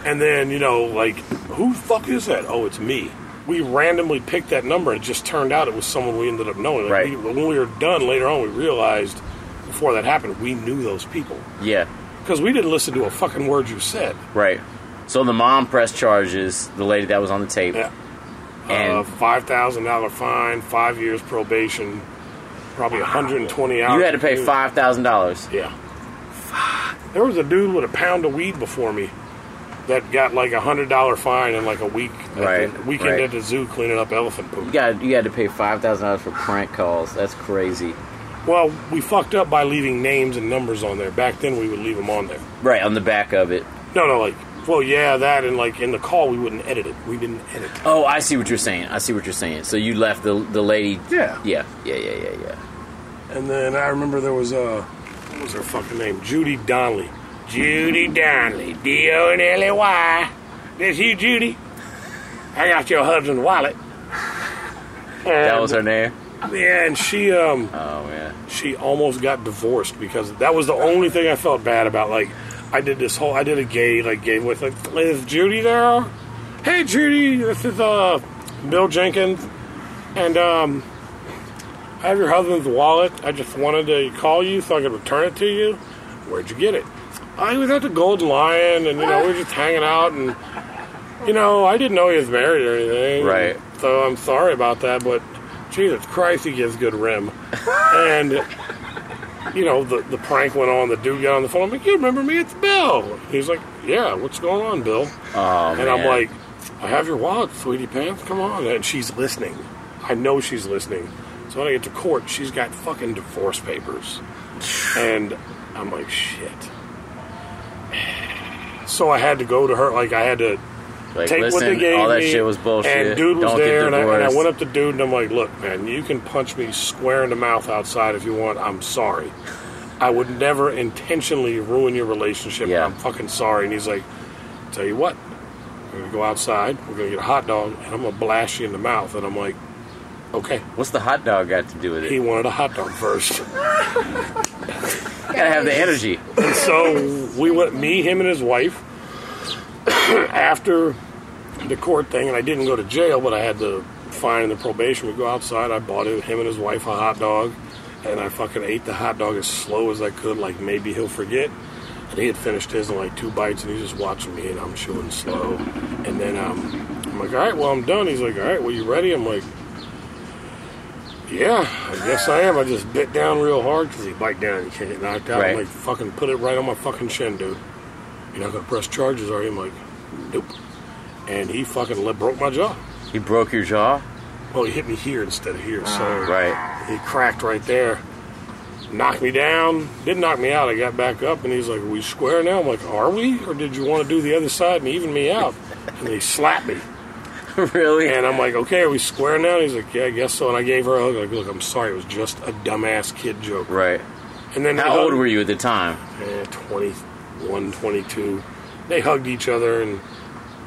S9: and then you know like who the fuck is that? Oh, it's me. We randomly picked that number, and it just turned out it was someone we ended up knowing. Like,
S10: Right.
S9: we- when we were done later on, we realized before that happened, we knew those people
S10: Yeah,
S9: because we didn't listen to a fucking word you said.
S10: right. So the mom pressed charges, the lady that was on the tape.
S9: Yeah.
S10: And
S9: uh, five thousand dollar fine, five years probation, probably one hundred and twenty hours.
S10: you had to pay
S9: Dude,
S10: five thousand dollars.
S9: Yeah. There was a dude with a pound of weed before me that got like a hundred dollar fine in like a week. at the-
S10: Right,
S9: weekend
S10: right.
S9: at the zoo cleaning up elephant poop.
S10: You got you had to pay five thousand dollars for prank calls. That's crazy.
S9: Well, we fucked up by leaving names and numbers on there. Back then, we would leave them on there.
S10: Right on the back of it.
S9: No, no, like, well, yeah, that, and like in the call, we wouldn't edit it. We didn't edit.
S10: Oh, I see what you're saying. I see what you're saying. So you left the the lady.
S9: Yeah.
S10: Yeah. Yeah. Yeah. Yeah. Yeah.
S9: And then I remember there was uh, what was her fucking name? Judy Donnelly. Judy Donnelly, D O N L E Y. That's you, Judy. I got your husband's wallet.
S10: That
S9: And-
S10: was her name.
S9: Yeah, and she um.
S10: Oh man.
S9: She almost got divorced because that was the only thing I felt bad about. Like, I did this whole, I did a gay like game with like, is Judy there? Hey, Judy, this is uh Bill Jenkins, and um, I have your husband's wallet. I just wanted to call you so I could return it to you. Where'd you get it? I was at the Golden Lion, and you know we were just hanging out, and you know I didn't know he was married or anything.
S10: Right.
S9: So I'm sorry about that, but Jesus Christ, he gives good rim, and you know, the, the prank went on. The dude got on the phone. I'm like, you remember me? It's Bill. He's like, yeah, what's going on, Bill?
S10: Oh
S9: and I'm like, I have your wallet, sweetie pants. Come on. And she's listening. I know she's listening. So when I get to court, she's got fucking divorce papers. And I'm like, shit. So I had to go to her. Like, I had to
S10: Like,
S9: take what
S10: listen,
S9: they gave
S10: all that
S9: me,
S10: shit was bullshit.
S9: And dude was
S10: Don't get
S9: there, and I, and I
S10: divorced.
S9: went up to dude, and I'm like, "Look, man, you can punch me square in the mouth outside if you want. I'm sorry. I would never intentionally ruin your relationship. I'm fucking sorry." And he's like, "Tell you what, we're gonna go outside. We're gonna get a hot dog, and I'm gonna blast you in the mouth." And I'm like, "Okay."
S10: What's the hot dog got to do with it?
S9: He wanted a hot dog first.
S10: gotta have the energy.
S9: And so we went, me, him, and his wife, after the court thing, and I didn't go to jail, but I had the fine and the probation. We go outside, I bought him him and his wife a hot dog, and I fucking ate the hot dog as slow as I could, like maybe he'll forget. And he had finished his in like two bites, and he's just watching me, and I'm chewing slow. And then um, I'm like, all right, well, I'm done. He's like, all right, well, you ready? I'm like, yeah, I guess I am. I just bit down real hard because he bite down and you can't get knocked out.
S10: Right.
S9: I'm like, fucking put it right on my fucking shin, dude. You're not gonna press charges, are you? I'm like, nope. And he fucking le- broke my jaw.
S10: He broke your jaw.
S9: Well, he hit me here instead of here, so
S10: Ah, Right.
S9: He cracked right there. Knocked me down. Didn't knock me out. I got back up, and he's like, "Are we square now?" I'm like, "Are we? Or did you want to do the other side and even me out?" And he slapped me.
S10: really?
S9: And I'm like, "Okay, are we square now?" And he's like, "Yeah, I guess so." And I gave her a hug. Like, "Look, I'm sorry. It was just a dumbass kid joke."
S10: Right.
S9: And then
S10: How old were you at the time?
S9: Eh, 21, 22. They hugged each other, and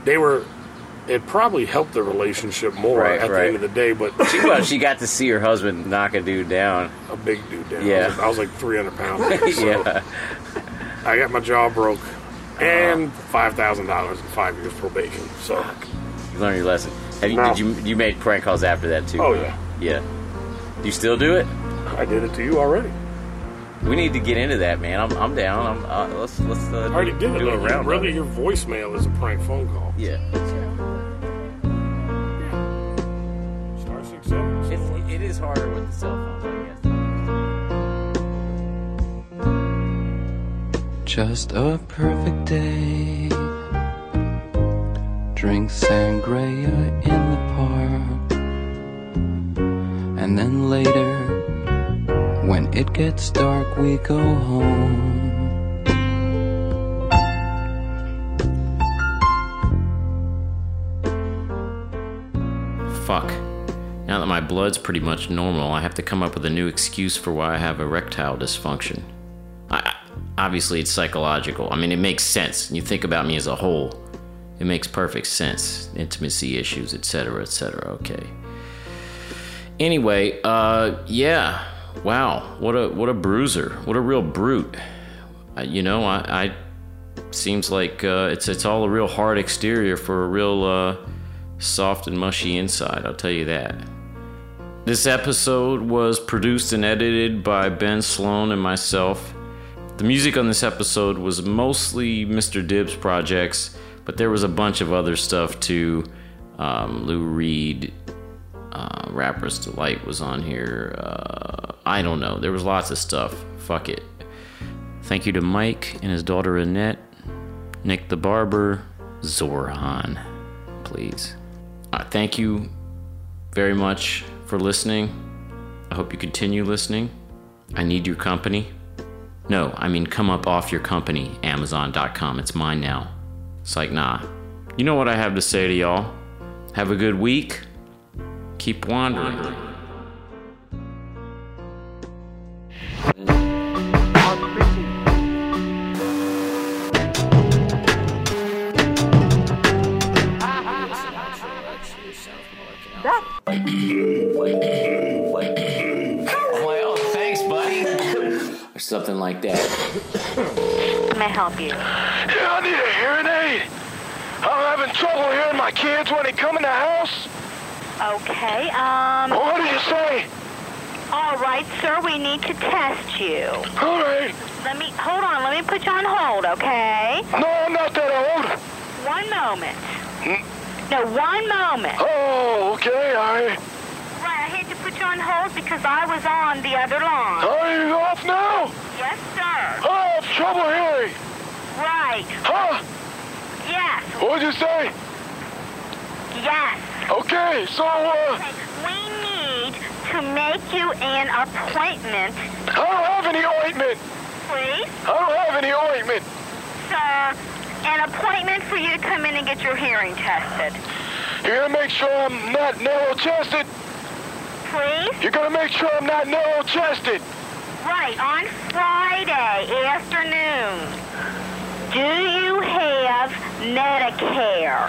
S9: they were. It probably helped the relationship more
S10: Right,
S9: at
S10: right.
S9: the end of the day, but
S10: She well, she got to see her husband knock a dude down.
S9: a big dude down.
S10: Yeah.
S9: I, was, I was like 300 pounds. So
S10: yeah. Uh-huh.
S9: I got my jaw broke and $5,000 and five years probation. So,
S10: You learned your lesson. Have you,
S9: No.
S10: Did you you made prank calls after that too?
S9: Oh,
S10: huh?
S9: yeah.
S10: Yeah. Do you still do it?
S9: I did it to you already.
S10: We need to get into that, man. I'm, I'm down. I'm uh, let's let's uh,
S9: I already
S10: do,
S9: did it.
S10: do a
S9: Like,
S10: round. of
S9: really,
S10: it.
S9: your voicemail is a prank phone call.
S10: Yeah.
S9: Star six seven.
S10: It's, it is harder with the cell phones, I guess.
S21: Just a perfect day. Drink sangria in the park. And then later, when it gets dark, we go home.
S6: Fuck. Now that my blood's pretty much normal, I have to come up with a new excuse for why I have erectile dysfunction. I, I- obviously, it's psychological. I mean, it makes sense. You think about me as a whole, it makes perfect sense. Intimacy issues, etc., etc. Okay. Anyway, uh, yeah. Wow, what a what a bruiser, what a real brute. I, you know, I, I seems like uh, it's it's all a real hard exterior for a real uh, soft and mushy inside. I'll tell you that. This episode was produced and edited by Ben Sloan and myself. The music on this episode was mostly Mr. Dibbs projects, but there was a bunch of other stuff too. Um, Lou Reed, uh, Rapper's Delight was on here. Uh, I don't know. There was lots of stuff. Fuck it. Thank you to Mike and his daughter Annette, Nick the Barber, Zoran, please. Uh, thank you very much for listening. I hope you continue listening. I need your company. No, I mean, come up off your company, Amazon.com. It's mine now. It's like, nah. You know what I have to say to y'all. Have a good week. Keep wandering.
S2: like, oh, thanks, buddy.
S6: Or something like that.
S2: May I help you?
S5: Yeah, I need a hearing aid. I'm having trouble hearing my kids when they come in the house.
S2: Okay, um.
S5: What did you say?
S2: All right, sir, we need to test you.
S5: All right.
S2: Let me, hold on, let me put you on hold, okay?
S5: No, I'm not that old.
S2: One moment.
S3: Hmm?
S2: No, one moment.
S5: Oh, okay, all right.
S2: Right, I had to put you on hold because I was on the other line.
S5: Are you off now?
S2: Yes, sir.
S5: Oh, I have trouble hearing.
S2: Right,
S5: Huh?
S2: yes,
S5: What'd you say?
S2: yes.
S5: Okay, so, uh,
S2: We need to make you an appointment,
S5: I don't have any ointment.
S2: please,
S5: I don't have any ointment.
S2: sir. An appointment for you to come in and get your hearing tested.
S5: You're gonna make sure I'm not narrow-chested.
S2: Please?
S5: You're gonna make sure I'm not narrow-chested.
S2: Right, on Friday afternoon. Do you have Medicare?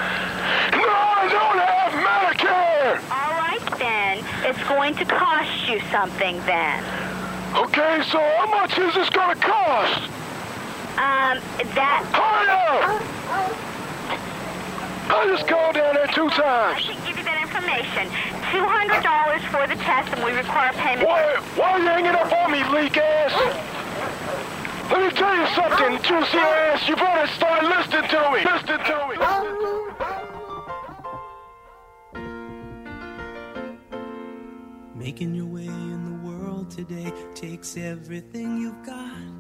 S5: No, I don't have Medicare!
S2: All right then. It's going to cost you something then.
S5: Okay, so how much is this gonna cost?
S2: Um, that.
S5: Hurry up! I just called down there two
S2: I
S5: times.
S2: should give you that information. Two hundred dollars for the test, and we require payment.
S5: Why, why are you hanging up on me, leak ass? Let me tell you something, juicy ass. You better start listening to me. Listen to me.
S23: Making your way in the world today takes everything you've got.